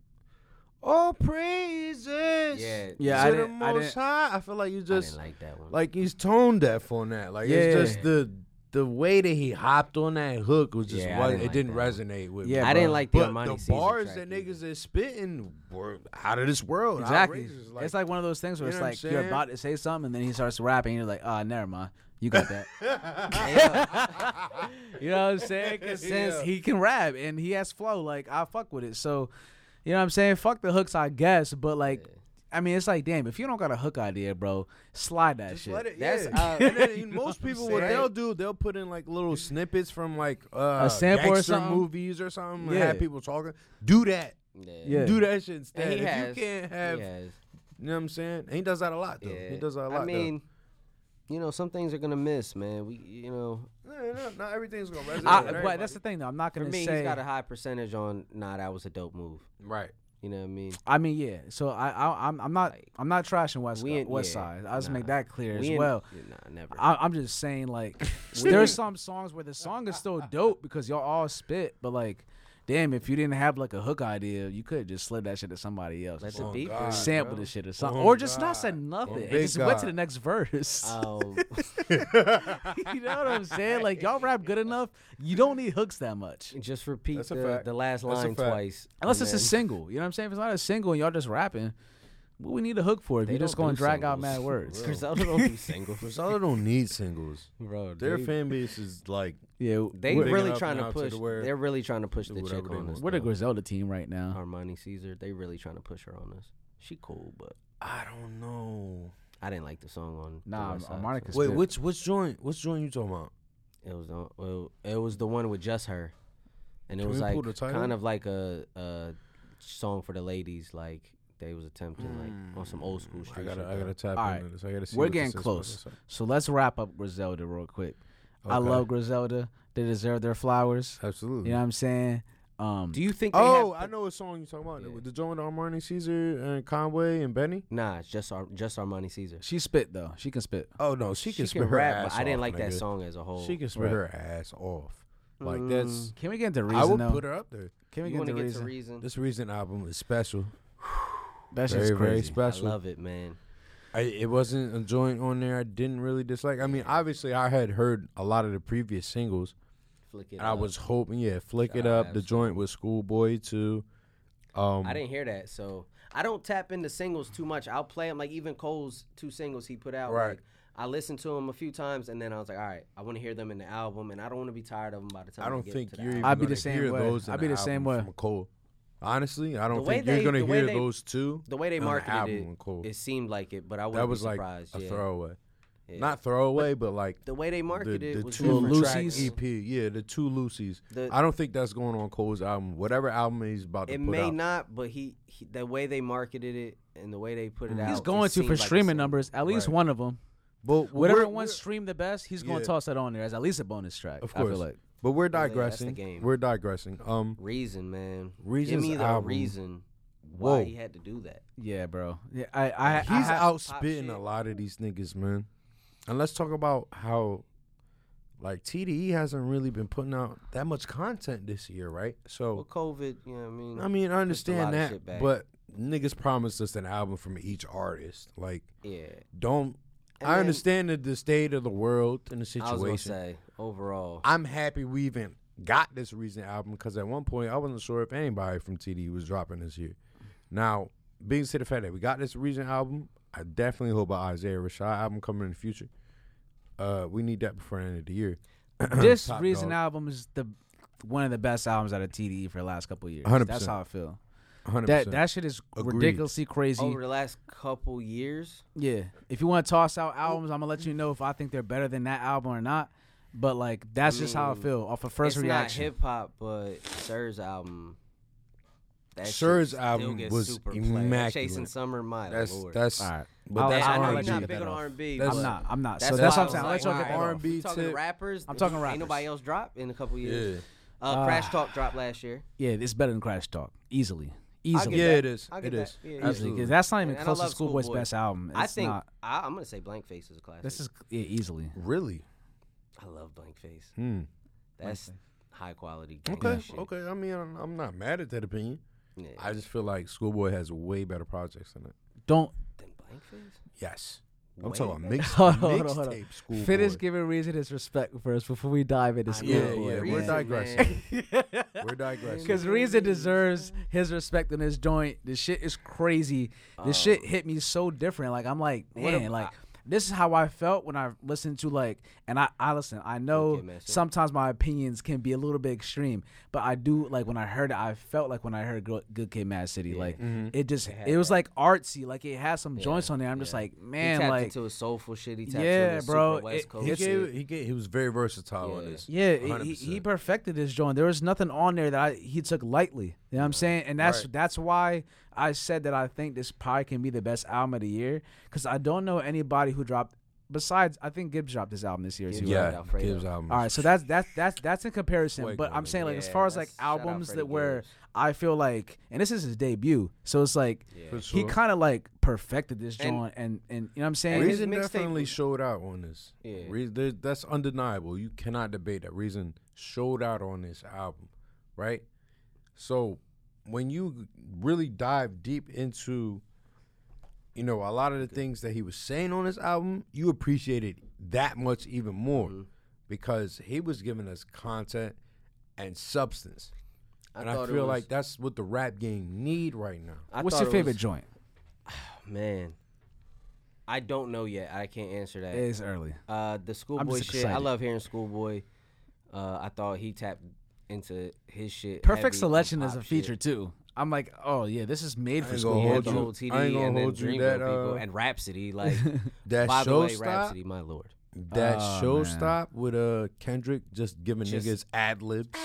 oh praises, Yeah. Yeah, to I the didn't- I Most didn't- High. I feel like you I just didn't like that one. like he's tone deaf on that. Like Yeah. it's just the the way that he hopped on that hook was just Yeah, I was, didn't it like didn't that one. resonate with Yeah, me. I bro. didn't like the But Armani the Caesar bars track that either. niggas is spitting were out of this world. Exactly. outrageous. it's like one of those things where you it's know what like I'm you're saying? about to say something, and then he starts rapping, and you're like, ah, never mind. You got that. you know what I'm saying? 'Cause since he can rap and he has flow, like I fuck with it. So, you know what I'm saying? Fuck the hooks, I guess. But like, I mean, it's like, damn, if you don't got a hook idea, bro, slide that Just shit. let it- That's, yeah. uh, and then most people what saying? they'll do they'll put in like little snippets from like uh, A sample or gangster something? movies or something. and Yeah. have people talking. Do that. Yeah. Do that shit instead. And he If has, you can't have, he has. you know what I'm saying. And he does that a lot though. He does that a lot. I mean, you know, some things are gonna miss, man. We, you know, though. Yeah, no, not everything's gonna resonate. I, with but everybody. that's the thing, though. I'm not for gonna me, say. he's got a high percentage on. Nah, that was a dope move. right. You know what I mean? I mean, yeah. So I, I I'm, I'm not, I'm not trashing West uh, we ain't- West yeah, Side. I just make nah. that clear We as in- well. yeah, Nah, never. I, I'm just saying, like, there's some songs where the song is still dope because y'all all spit, but like, damn, if you didn't have like a hook idea, you could just slid that shit to somebody else. Let Just the Oh, beat God. breathe, sample bro. the shit or something, Oh, or just God. not said Oh, nothing. and big just went to God. the next verse. Oh, you know what I'm saying? Like y'all rap good enough. You don't need hooks that much. just repeat That's a the, fact. the That's last a line fact. twice. Unless and it's a then- single. You know what I'm saying? If it's not a single and y'all just rapping, what we need a hook for if They you're just don't gonna do drag out singles. mad words. Griselda don't do singles, Griselda don't need singles. bro. Their they- fan base is like Yeah, They We're big really enough trying to now to push. the where they're really trying to push do the chick whatever they on want. us. we're the though. Griselda team right now. Armani Caesar. They really trying to push her on us. She cool, but I don't know. I didn't like the song on. the Nah, West Side, Armani so- Wait, Wait, good. which which joint? Which joint you talking about? It was the well, it was the one with just her, and it Can was we pull like the title? kind of like a, a song for the ladies. Like they was attempting like on some old school Mm, Hmm, I street. gotta shit, I though. gotta tap All into right. this. I gotta see. We're what this getting is, what close. this is. So let's wrap up Griselda real quick. I Okay. love Griselda. They deserve their flowers. Absolutely. You know what I'm saying? Um, Do you think? They Oh, have, I know what song you're talking about. Yeah. With The joint with Armani Caesar and Conway and Benny. Nah, it's just Ar- just Armani Caesar. she spit though. She can spit. Oh no, she can, spit her ass but I didn't off, like that nigga. song as a whole. She can spit Right. her ass off. Like that's. Can we get into reason I would though? put her up there. Can we you get want into to get reason? to reason? This Reason album is special. That shit's Very crazy. very I special. love it, man. I, it wasn't a joint on there I didn't really dislike. I mean, obviously, I had heard a lot of the previous singles, Flick it. and I up. was hoping, yeah, flick it Shout up. out The joint with Schoolboy too. Um, I didn't hear that, so I don't tap into singles too much. I'll play them like even Cole's two singles he put out. Right. Like, I listened to them a few times, and then I was like, all right, I want to hear them in the album, and I don't want to be tired of them by the time. I don't get think to the you're. Even album. I'd be gonna the same hear way. Those in I'd be the same album way. From Cole. Honestly, I don't The way think you're they- gonna the way hear they- those two. the way they on the marketed album it. with Cole. It seemed like it, but I That wouldn't be was like a surprised. yeah. throwaway, Yeah. not throwaway, but like the way they the, marketed the it was two different. Lucy's- track EP. Yeah, the two Lucy's. The- I don't think that's going on Cole's album. Whatever album he's about to It put may out. not, but he, he the way they marketed it and the way they put Mm. it out. He's it going to seemed for like a streaming single. numbers. At least Right. one of them. But Whatever we're- one we're- streamed the best, he's gonna Yeah. toss that on there as at least a bonus track. Of I course. feel like. But we're Yeah, that's the digressing. game. We're digressing. Um, Reason, man. Give Reason's me the album. reason why Whoa. he had to do that. Yeah, bro. Yeah, I, I, he's I have- out pop spitting shit. a lot of these niggas, man. And let's talk about how, like, TDE hasn't really been putting out that much content this year, right? Well, So, COVID, you know what I mean? I mean, I understand lot of that, shit back. but niggas promised us an album from each artist. Like, yeah. don't. And I then- understand that the state of the world and the I was gonna situation. say overall. I'm happy we even got this recent album because at one point I wasn't sure if anybody from TD was dropping this year. Now, being said the fact that we got this recent album, I definitely hope an Isaiah Rashad album coming in the future. Uh, we need that before the end of the year. this Top Reason dog. album is the one of the best albums out of TDE for the last couple of years. 100%. That's how I feel. 100%. That that shit is Agreed. ridiculously crazy. over the last couple years, Yeah. If you want to toss out albums, I'm gonna let you know if I think they're better than that album or not. But like that's just how I mean, feel off of first Mm. it's reaction. not hip hop, but Sir's album. That shit Sir's still album gets was super play. immaculate. Chasing Summer, my that's lord. that's All right. but I'll- that's yeah, I know R&B. you're not big on R and B. That's- I'm not. I'm not. That's so that's why what I'm saying. I I was let y'all like, get that wow. off. R&B talking tip. rappers. I'm talking Ain't rappers. nobody else drop in a couple years. Yeah, Uh, Ah. Crash Talk dropped last year. Yeah, it's better than Crash Talk easily, I'll give easily, yeah, that. it is. I'll It give is. that. Yeah, yeah. easily. Absolutely. 'Cause that's not even And I close to love Schoolboy's Schoolboy. best album. I It's think not- I, I'm gonna say Blank Face is a classic. this is yeah, easily. Really? I love Blank Face. Hmm. That's high quality. gang Okay. shit. Okay. I mean, I'm, I'm not mad at that opinion. Yeah. I just feel like Schoolboy has way better projects than it. Don't Then Blank Face. Yes. I'm Way talking about mix, Hold on, hold on, hold on. mixtape school. finish boy. giving Reason his respect first before we dive into I know, Yeah, Schoolboy. yeah, Reason, we're man. digressing. We're digressing. Because Reason deserves his respect in his joint. This shit is crazy. This shit hit me so different. Like I'm like, Oh. a- man, like this is how I felt when I listened to like, and I, I listen. I know man, so- sometimes my opinions can be a little bit extreme, but I do like when I heard it. I felt like when I heard Good, Good Kid, Mad City, like it just it, was like artsy. Like it had some joints on there. I'm just like, he man, tapped like into a soulful shit. He tapped Yeah, into super bro, West it- Coast he it's- shit. gave, he gave, he was very versatile on Yeah. this. Yeah, he- he, 100%. he perfected his joint. There was nothing on there that I, he took lightly. You know what I'm saying? And that's Right. that's why I said that I think this probably can be the best album of the year because I don't know anybody who dropped besides I think Gibbs dropped his album this year too. Gibbs right? dropped yeah, Alfredo. Gibbs album. All right, so that's that's that's that's in comparison. Way but I'm good. saying like as Yeah, far as like that's- shout out albums Freddie that where Gibbs. I feel like and this is his debut, so it's like For he sure. kind of like perfected this And- joint and, and you know what I'm saying? and his Reason mixtape definitely was- showed out on this. Yeah. Re- there- that's undeniable. You cannot debate that. Reason showed out on this album, right? So when you really dive deep into, you know, a lot of the things that he was saying on this album, you appreciate it that much even more Mm-hmm. because he was giving us content and substance. and I thought it feel was- Uh, like that's what the rap game need right now. I What's thought your it was- favorite joint? man? I don't know yet. I can't answer that. It's early. Uh, the schoolboy just shit. I excited. love hearing schoolboy. Uh, I thought he tapped into his shit. heavy on Perfect selection is pop a shit. feature too. I'm like, oh yeah, this is made for ain't He gonna school. had hold the you- whole TD I ain't gonna and then hold you Dreamville that, people uh, and Rhapsody. Like, That by the show way, Rhapsody, my lord. That Oh, show man. stop with uh Kendrick just giving Just- niggas ad libs.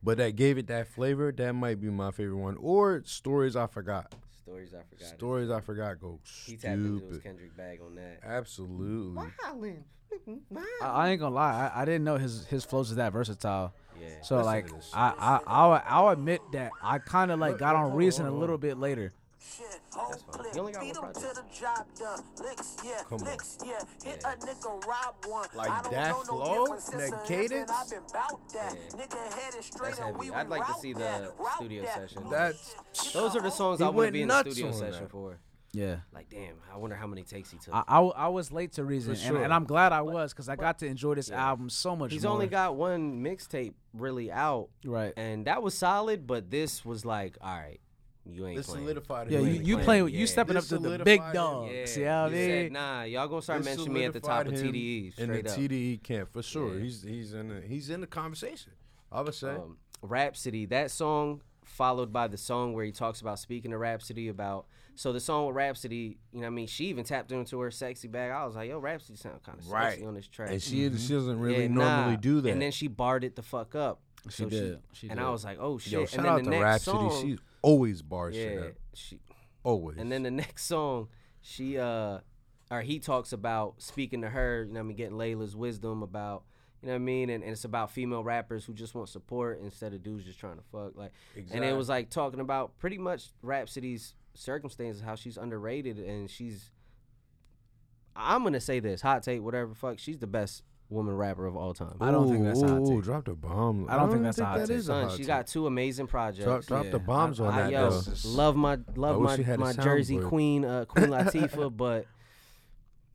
But that gave it that flavor. That might be my favorite one. Or stories I forgot. Stories I forgot. Stories I forgot go he tapped into his stupid. Kendrick bag on that. Absolutely. I, I ain't gonna lie, I, I didn't know his his flows is that versatile. Yeah. So like, I I I'll, I'll admit that I kind of like got on reason a little bit later. Shit, whole clip. You only got Beat one 'em project. to the job done. Licks, yeah, Come on. licks, yeah. Hit a nigga, rob one. Like I don't that know no flow, difference. that It's a hip, and cadence? I've been bout that. Yeah. Nigga headed straight That's and heavy. we I'd like to route see the that, route studio that. session. That's Those are the songs He I want to went be in the nuts studio on session that. for. Yeah. Like, damn, I wonder how many takes he took. I, I, I was late to reason, For and, sure. and I'm glad I was because I got to enjoy this album so much. He's more. only got one mixtape really out, right. and that was solid. But this was like, all right, you ain't This playing. solidified Yeah, him. you, you playing, playing with yeah. you stepping This up to the solidified big him. dog. Yeah, See how I he said, mean? nah, y'all gonna start This mentioning me at the top solidified of him TDE in straight the up. TDE camp for sure. Yeah. He's he's in the, he's in the conversation. I would say um, Rhapsody. That song followed by the song where he talks about speaking to Rhapsody about. So the song with Rhapsody, you know, what I mean, she even tapped into her sexy bag. I was like, yo, Rhapsody sound kind of Right. sexy on this track. and she she doesn't Mm-hmm. Yeah, really normally nah. do that. And then she barred it the fuck up. She So did. She and did. I was like, oh shit. Yo, and shout then out the to next Rhapsody. Song, She's always bars shit yeah. up. She, Always. and then the next song, she uh or he talks about speaking to her, you know what I mean, getting Layla's wisdom about you know what I mean? And, and it's about female rappers who just want support instead of dudes just trying to fuck. Like and it was like talking about pretty much Rhapsody's circumstances, how she's underrated and she's I'm gonna say this, hot take, whatever fuck, she's the best woman rapper of all time. I don't think that's a hot take. drop the bomb. I don't think that's a hot that take. is a Son, hot she take. got two amazing projects. Drop, drop Yeah, the bombs I- on I, that. yo, though. This is- love my love wish my she had a my soundboard. Jersey queen, uh, Queen Latifah, but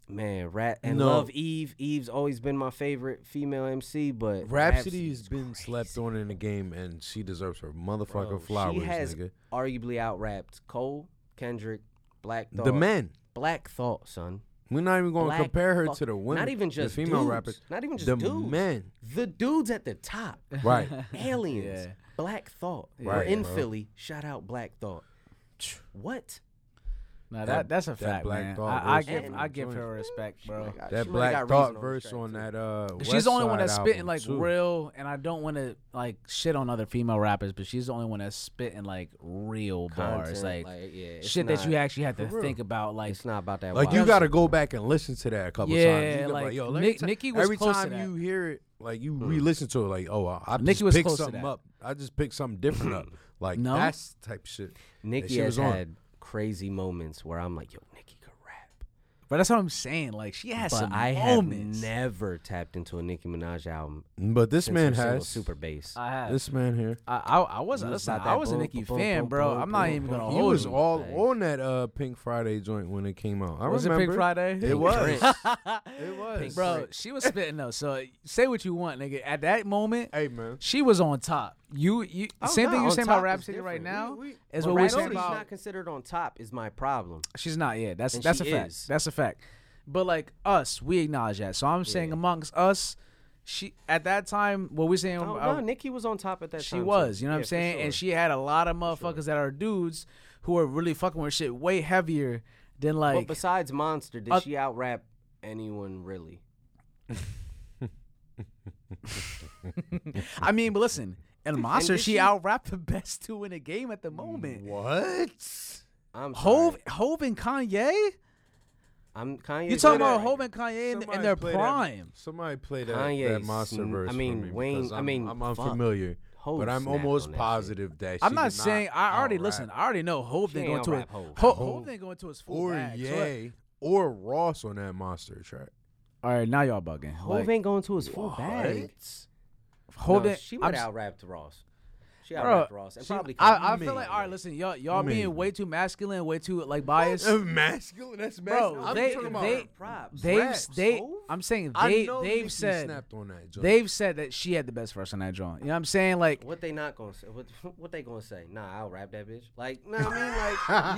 man, rat and No. love Eve. Eve's always been my favorite female MC, but Rhapsody has Rhapsody's been slept on in the game, and she deserves her motherfucking bro, flowers, She has nigga. arguably out rapped Cole, Kendrick, Black Thought, The men. Black Thought, son. We're not even going Black to compare her Thought- to the women. Not even just the female dudes. rappers. Not even just the dudes. men. The dudes at the top, Right. aliens, Yeah. Black Thought. We're Right, in bro. Philly. Shout out Black Thought. What? That- Nah, that, that's a that fact, Black man. Thought I, I was give fucking I give joint. her respect, bro. Like, I- that she really Black got Thought reason on this verse track, on too. that. Uh, She's the only one Westside that's spitting album, like too. real, and I don't want to like shit on other female rappers, but she's the only one that's spitting like real bars, Content, like, yeah, it's shit that you not- actually have to For real. think about. Like, It's not about that. Like you wild got shit. to go back and listen to that a couple Yeah, times. You gotta be like, yo, Nick- ti- Nicki was every close time to that. you hear it, like you re-listen to it, like oh, I, I Nicki just was picked close to something that. up. I just picked something different up. Like No? that's the type of shit. that Nikki she has was on. had crazy moments where I'm like, yo, Nikki could rap. but that's what I'm saying. Like, she has But some I have moments. never tapped into a Nicki Minaj album. But this since man her single has super bass. I have. this man here. I, I, I wasn't. It's Listen, not I that was a boom, Nicki boom, fan, boom, bro. boom, I'm not boom, even gonna He hold was you. all Like- on that uh, Pink Friday joint when it came out. I Was it remember. Pink Friday? It was. Prince. it was. bro. She was spitting though. So say what you want, nigga. At that moment, Hey man. she was on top. You, you. Oh, same thing nah, you on saying about top is Rhapsody right different. now We- we- is But what we're saying Rhapsody's about. not considered on top is my problem. She's not yet. That's And that's a she fact. is. That's a fact. But like us, we acknowledge that. So I'm saying amongst us, she at that time what we're saying. No, uh, no, Nikki was on top at Oh, that she time. too. was, you know what I'm Yeah, for saying? sure. And she had a lot of motherfuckers that are dudes who are really fucking with shit way heavier than like. But besides Monster, did Uh, she out rap anyone really? I mean, but listen, in Monster, did she, she- Mm, out rapped the best two in the game at the moment. What? I'm Hove, sorry. Hove and Kanye. I'm Kanye. You talking about Hove and Kanye in, in their prime? That, somebody play that, Kanye that monster sn- verse. I for mean, me Wayne- because I I'm- mean, I'm fuck. unfamiliar, Hov but I'm snapped almost on that shit. positive that she I'm not did saying I already out-rap listen. I already know Hove She didn't ain't go into it. out-rap Hov. Ho- Hove. Hove didn't go into his full or bag, so that- Ye or Ross on that monster track. All right, now y'all bugging. Hove like, ain't going to his full bag. What? Hov No, didn't- she I'm might s- out rap Ross. She out Bro, Ross and she- probably. I, I Man. feel like all right. Listen, y'all y'all being Man. way too masculine, way too like biased. masculine. That's Bro, masculine. I'm they- talking about they- props. They've Raps, they. Hov? I'm saying I they know Nicki they've said snapped on that. Joke. they've said that she had the best verse on that joint. You know what I'm saying? Like What they not gonna say? What what they gonna say? Nah, I'll rap that bitch. Like, know what I mean? Like,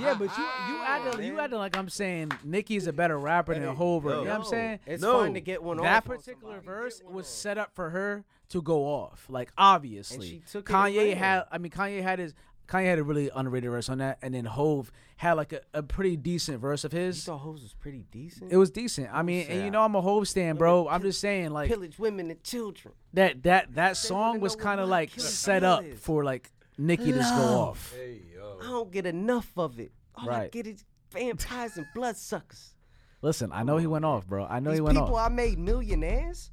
yeah, but you you acting you acting like I'm saying Nicki's a better rapper than Hov. You know what I'm saying? it's No. fun to get one that off on particular somebody. verse was set up for her to go off. Like obviously, And she took it and Kanye ran. had. I mean, Kanye had his. Kanye had a really underrated verse on that, and then Hove had like a, a pretty decent verse of You his. thought hoes was pretty decent. It was decent. I mean, and you sad. know I'm a Hove stand, bro. I'm just saying, like pillage women and children. that that that song wanna was know kind of what like my killer set feel up is. for like Nicki to just go Love. off. Hey yo. I don't get enough of it. All I Right. get is vampires and bloodsuckers. Listen, I know he went off, bro. I know These he went people off. I made millionaires,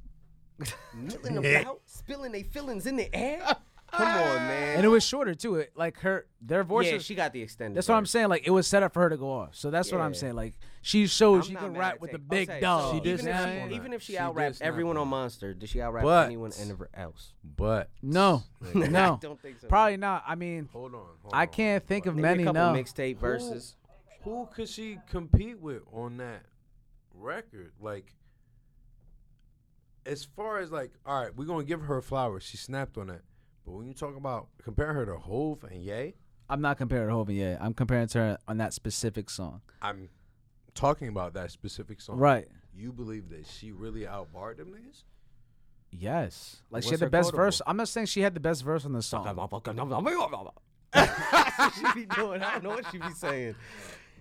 milling about, spilling their feelings in the air. Ah. Come on, man. and it was shorter too. It like her their voices. yeah, she got the extended. That's what I'm version. saying. Like it was set up for her to go off. So that's what I'm Yeah. saying. Like she showed I'm she not can mad rap at with the Tay. big Okay, dog. She so did even if snap she- on Even that. if she She outrapped did snap everyone on on that. Monster, did she outrap But- anyone ever else? But No, no, don't think so. Probably not. I mean, Hold on. hold I on. can't think of Maybe many. a No, couple mixtape verses. Who could she compete with on that record? Like, as far as like, all right, we're gonna give her flowers. She snapped on that. But when you talk about comparing her to Hove and Ye, I'm not comparing her to Hovind yet. I'm comparing to her on that specific song. I'm talking about that specific song. Right. You believe that she really outbarred them niggas? Yes. Like she had What's the her best quotable? verse. I'm not saying she had the best verse on the song. That's what she be doing. I don't know what she be saying.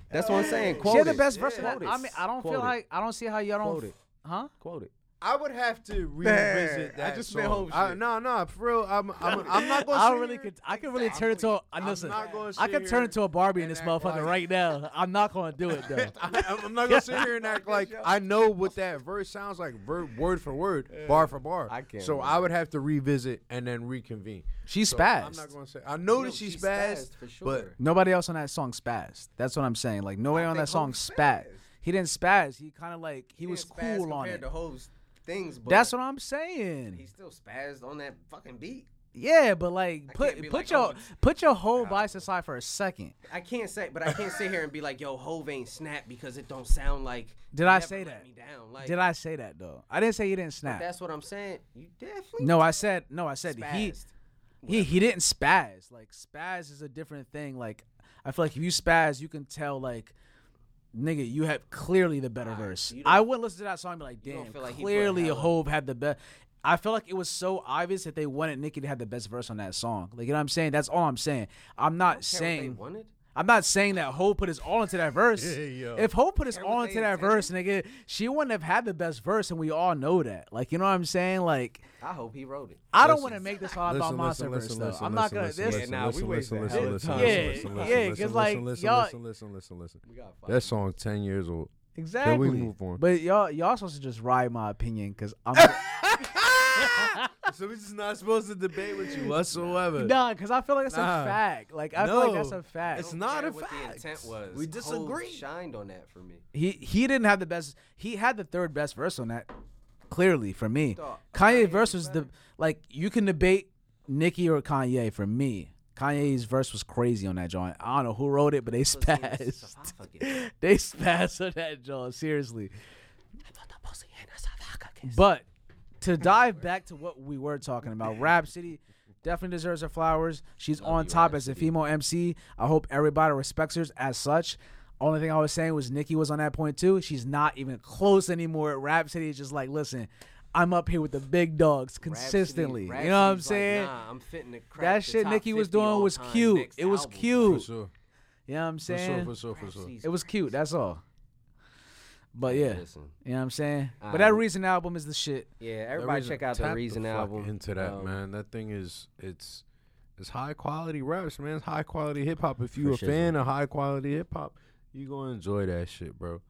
That's what I'm saying. Quote she had the it. best verse. on that. Quote it. I mean, I don't feel Quote it. like I don't see how y'all don't. Quote f- it. Huh? Quote it. I would have to revisit that I just spit song. Hov I, shit. no, no, for real. I'm, I'm, I'm not gonna. I sit don't really here- could. I could really turn into. A, I I'm listen. not gonna I sit could turn here into a Barbie in and this act motherfucker like- right now. I'm not gonna do it though. I, I'm- I'm not gonna sit here and act like I know what that verse sounds like, ver- word for word, bar for bar. I can't So I would have to revisit and then reconvene. She So spazzed. I'm not gonna say. I know No, that she she spazzed, spazzed for but sure. Nobody else on that song spazzed. That's what I'm saying. Like nobody on that song spazzed. He didn't spaz. He kind of like he, was cool on it. The hoes things, but That's what I'm saying. he still spazzed on that fucking beat. yeah, but like I put can't be put like, your oh, it's- put your whole bias aside for a second. I can't say, but I can't sit here and be like, "Yo, Hove ain't snap" because it don't sound like. Did I "Never say Let that? Me down. Like, Did I say that though? I didn't say he didn't snap. That's what I'm saying. You definitely No, I said no. I said he spazzed. he he didn't spaz. Like spaz is a different thing. Like I feel like if you spaz, you can tell like. Nigga, you have clearly the better verse. you don't- I wouldn't listen to that song and be like, don't damn, feel like he put clearly hella- Hove had the best. I feel like it was so obvious that they wanted Nicki to have the best verse on that song. Like, you know what I'm saying? That's all I'm saying. I'm not Care what they saying wanted. I'm not saying that Hove put his all into that verse. yo. If Hove put his all what they into that verse, nigga, she wouldn't have had the best verse, and we all know that. Like, you know what I'm saying? Like, I hope he wrote it. I don't want to make this all about listen, monster listen, verse listen, though. listen, I'm not listen, gonna. listen, this, listen, Yeah, nah, listen, we listen, wasted a listen, hell of listen, time. listen, Yeah, listen, yeah, listen, 'cause, listen, like, listen, y'all- listen, listen, listen, listen, We got five. That song ten years old. exactly. move on? But y'all, y'all supposed to just ride my opinion because I'm so we're just not supposed to debate with you whatsoever. nah, because I feel like that's Nah. a fact. Like, I feel like that's No, a fact. it's not care a what fact. The intent was. We Hov disagree. shined on that for me. He he didn't have the best. He had the third best verse on that. Clearly for me, Dog, Kanye Kanye verse was was the like you can debate Nicki or Kanye. For me, Kanye's verse was crazy on that joint. I don't know who wrote it, but they spazzed. they spazzed on that joint. Seriously, but to dive back to what we were talking about, Rhapsody definitely deserves her flowers. She's on top as a female MC. I hope everybody respects her as such. Only thing I was saying was Nikki was on that point too. She's not even close anymore. Rhapsody is just like, listen, I'm up here with the big dogs consistently. you know what I'm saying? nah, I'm fitting the crack that the shit top Nikki was 50 doing was all-time cute. next It was album. For cute. sure, You know what I'm for sure, saying? for sure, for sure. Rhapsody's It was cute. That's all. But yeah, Listen. you know what I'm saying? But Alright. that Reason album is the shit. Yeah, That everybody Reason- check out tap the Reason fuck album. Into that Um, man, that thing is it's it's high quality raps, man. It's high quality hip hop. If you For a shizzle. fan of high quality hip hop, you gonna enjoy that shit, bro.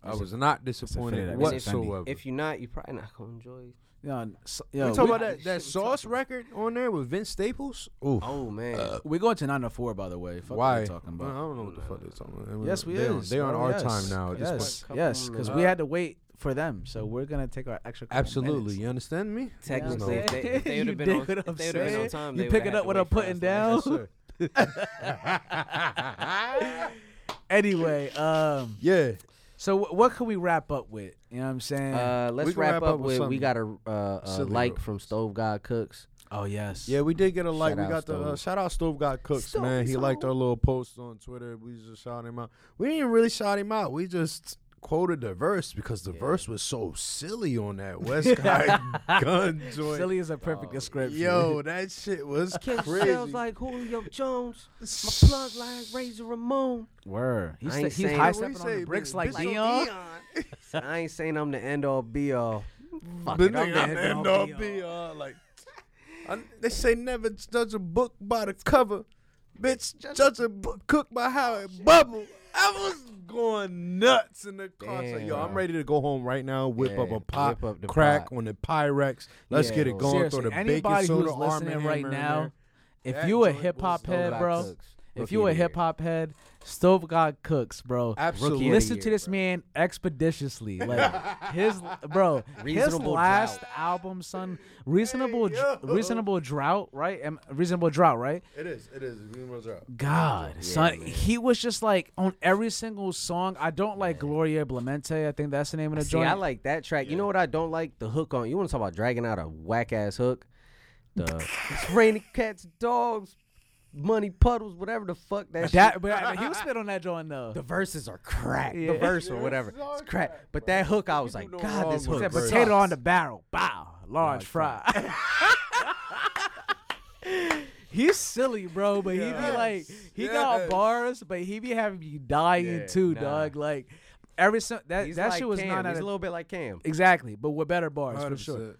I was not that disappointed was offending. whatsoever. If you're not, you probably not gonna enjoy. You know, so, you you know, talk we- about that, that sauce record on there with Vince Staples. Ooh, Oh man, We're Uh, going to 904, by the way. Fuck What why? we talking I about. don't know what the fuck they're talking about. I mean, Yes, we they Oh, is. On, they on bro, our yes. time now. At yes, this point. point. yes, because we had to wait for them. So we're gonna take our extra. couple Absolutely. minutes. You understand me? Technically, No. if they, if they would You have been, dig on, if what I'm they would've been on saying? time, You they would've picking had up to what wait I'm for us to putting down? Anyway, um, yeah. so wh- what can we wrap up with? You know what I'm saying? Uh, We let's can wrap, wrap up, up with with, we something. got a uh, a Silly like reference. from Stove God Cooks. oh yes. Yeah, we did get a like. Shout we out got the uh, Stove. shout out Stove God Cooks, Stove, man. He Stove. liked our little post on Twitter. We just shout him out. We didn't really shout him out. We just quoted the verse because the verse was so silly on that Westcott gun joint. Silly is a perfect Oh, description. Yo, that shit was Catch crazy. shells like Julio Jones. My plug line, Razor Ramon. word. He's, I ain't he's saying- What high we stepping on say, the bricks bitch? like Bitch on Dion. So I ain't saying I'm the end all be all. Fuck But it, I'm nigga, the I'm end the end all all be all. Like, I- they say never judge a book by the cover. Bitch, judge a book cooked by how it bubble. I was going nuts in the car. So, yo, I'm Damn. ready to go home right now. Whip up Yeah, a pot, whip up the crack pot. on the Pyrex. Let's Yeah, get it going. Seriously, Throw the baking anybody soda who's listening Arm & right Hammer in now, there. if That you a joint hip was hop Stove head, God bro, Cooks, if rookie you of a the hip year. hop head, Stove God Cooks, bro. Absolutely. year. Listen to year, this bro. man expeditiously. Like his bro, his Reasonable last Drought. album, son, reasonable, Dr- yo. reasonable drought, right? Am- reasonable drought, right? It is. It is. We must drop. God, son, he was just like on every single song. I don't like Gloria Blemente. I think that's the name of the See, joint. I like that track. You know what I don't like? The hook on. You want to talk about dragging out a whack ass hook? The it's raining cats, dogs, money puddles, whatever the fuck that. that, shit- but I mean, he was spit on that joint though. the verses are crack. Yeah. The verse or whatever, are it's crack. crack, But that hook, I was like, no God, wrong this with hook. Said verse. potato sucks." on the barrel. Bow. Large fry. He's silly, bro, but he Yes. be like, he got Yes. bars, but he be having you dying Yeah, too, nah. dog. Like every so- that He's that like shit was Cam. not He's out a of, little bit like Cam. exactly, but with better bars for sure.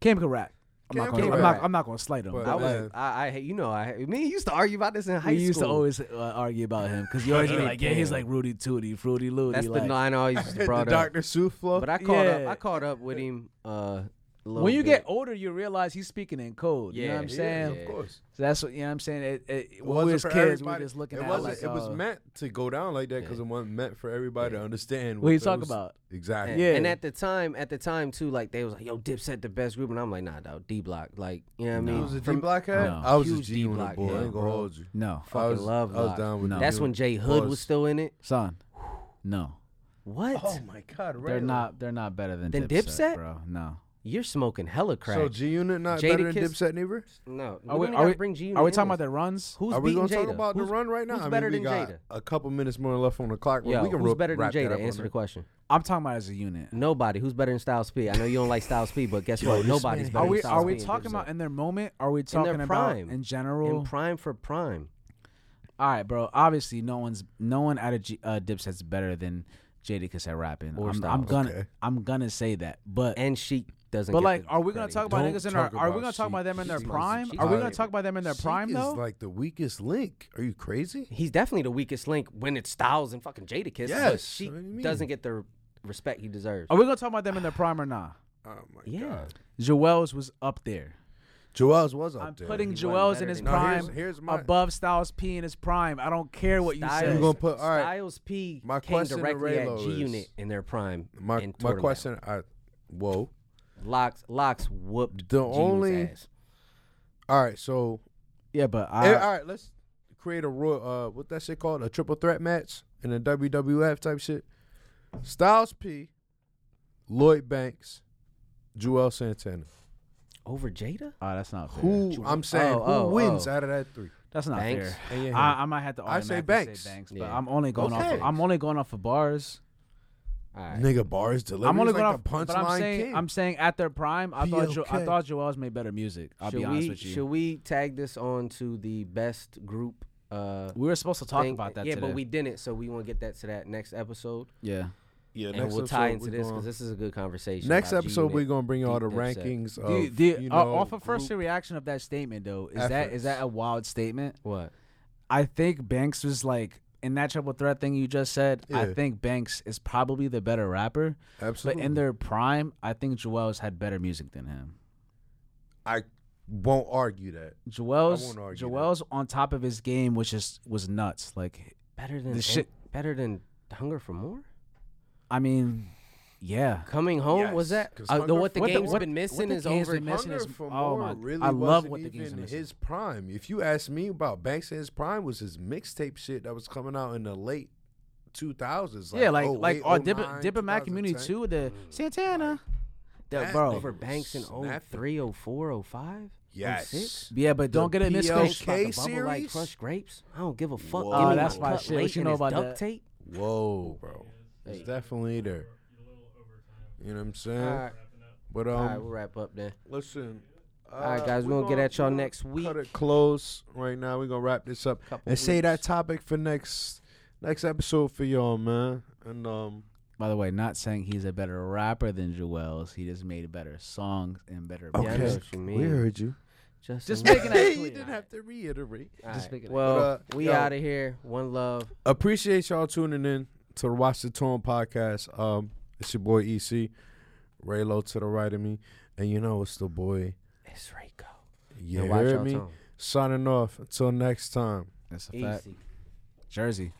Cam can rap. I'm not Cam gonna, can I'm not, rap. I'm not gonna slight him. But but I was, man. I, I, you know, I, me and you used to argue about this in high we school. used to always uh, argue about him because you always be Hate like, yeah, he's Cam. like Rudy Tootie, Fruity Looty. That's like, the line I always used to The brought up. Dr. Seuss flow. But I caught up. Yeah. I caught up with him. Uh, a little when you bit. get older, you realize he's speaking in code. you know what Yeah, I'm yeah, saying? yeah. of course. So that's what you know. what I'm saying it. it, It when we wasn't was for kids, everybody. we just looking it at it wasn't, like, it was uh, meant to go down like that because it wasn't meant for everybody to understand. What you talking those- about? Exactly. Yeah. And Yeah. at the time, at the time too, like they was like, "Yo, Dipset the best group," and I'm like, "Nah, dog, D Block." Like, you know what I You mean? was a D From- block head. No. I was a Huge G unit D-block boy. I head, ain't gonna bro. hold you. no, I Fucking was, love I was Lock. down with No. that. That's dude. when Jay Hood was still in it. son, no. What? Oh my god, right. They're not. They're not better than, Than Dipset? bro. No. You're smoking hella crack. So G Unit not Jada better than Kiss- Dipset neither. no, Are we? don't Are we, gotta bring G are we talking about the runs? Who's Are we beating gonna talk Jada? about who's, the run right now? Who's I mean, better we than got Jada? A couple minutes more left on the clock. but Yo, we can who's rope- better than wrap that up Jada? on Answer the there. question. I'm talking about as a unit. Nobody. Who's better than Style Speed? I know you don't like Style Speed, but guess Yo, what? this Nobody's man- better Are we? than Style Are we P and talking about Dipset. in their moment? Are we their talking about prime. in general? in prime for prime? All right, bro. Obviously, no one's no one out of G, uh, Dipset's better than Jadakiss at rapping. Or I'm, Styles. I'm gonna Okay. I'm gonna say that, but And she doesn't. but get like, the are we gonna credit. talk about Don't niggas in our? talk Are we about gonna talk Sheik. about them in their Sheik's my- prime? Sheik's Are we my gonna talk about them in their Sheik prime is though? like the weakest link. Are you crazy? He's definitely the weakest link when it's Styles and fucking Jada Kiss. but Yes, she what do you mean? doesn't get the respect he deserves. Are we gonna talk about them in their prime or not? Oh my Yeah. god. Joel's was up there. Joel's was up I'm there. putting wasn't Joel's better in his than Jada. No, prime here's- here's my- above Styles P in his prime. I don't care what you Styles- say. You gonna put- all right. Styles P My came question to directly at Raylo G is- Unit in their prime. My and tore my them out. question. I, whoa. Locks locks whooped The G Unit's only- ass. All right. So yeah, but Eh, I, all right, let's create a royal. Uh, what that shit called? A triple threat match in a WWF type shit. Styles P, Lloyd Banks, Joel Santana. over Jada. oh, that's not fair. Who I'm saying Oh, who oh, wins oh. out of that three? That's not Banks? fair. And yeah, I, I might have to. I say automatically Banks. say Banks, but Yeah. I'm only going off. Okay. Of, I'm only going off of bars. All right. nigga bars delivery. I'm only like going the punchline off. But I'm saying, king. I'm saying at their prime, I thought jo- I PLK. thought Joel's made better music. I'll should be honest we with you. should we tag this on to the best group? Uh, we were supposed to talk thing? about that Yeah, today. but we didn't, so we want to get that to that next episode, yeah. yeah, and we'll tie into we this gonna- because this is a good conversation. next about episode G-Unit. we're gonna bring all the Deep Dipset. rankings of The, the, you uh, know, off of first group- reaction of that statement though, is that is that efforts. a wild statement? What? I think Banks was like in that triple threat thing you just said. I Yeah. think Banks is probably the better rapper, Absolutely. but in their prime, I think Joel's had better music than him. I won't argue that. Joel's won't argue that. Joel's on top of his game, which is was nuts. Like, Better than The an- shit- Better than Hunger for More. I mean, Yeah. Coming home was Yes, that 'cause uh, the, Hunger what the for- game's what- been missing what the is game's over. been missing Hunger is for oh More my! really I love wasn't what the game's even been missing. his prime. If you ask me about Banks in his prime, was his mixtape shit that was coming out in the late two thousands. oh yeah, like like our Dipper Dipper Dipper Mac community too. Mm. The Santana, the, bro. nigga Over Banks in Snapping. 03, 04, 05? Yes. oh Yeah, but don't The get it PLK misconstrued. About the bubble like series? crushed grapes. I don't give a fuck. Whoa. Give Oh, me that's my my cut shit. What late you and know his about duct that? tape. Whoa, bro. It's definitely there. You know what I'm saying? Alright. But All right, we'll um, wrap up then. listen. uh, All right, guys, we're gonna get at y'all next week. Cut it close right now. We're gonna wrap this up Couple and say that weeks. topic for next next episode for y'all, man. And um, By the way, not saying he's a better rapper than Joel's. He just made better songs and better. Yeah, I know Okay. beats. what you mean. we heard you. Just, Just enough. making that you clear. didn't have to reiterate. All Just right, making it- Well, But, uh, we yo. out of here. One love. Appreciate y'all tuning in to the Watch the Tone podcast. Um, it's your boy EC, Raylo to the right of me, and you know it's the boy. It's Rico. You And watch hear y'all me? tone. Signing off. Until next time. That's a fact. Easy. Jersey.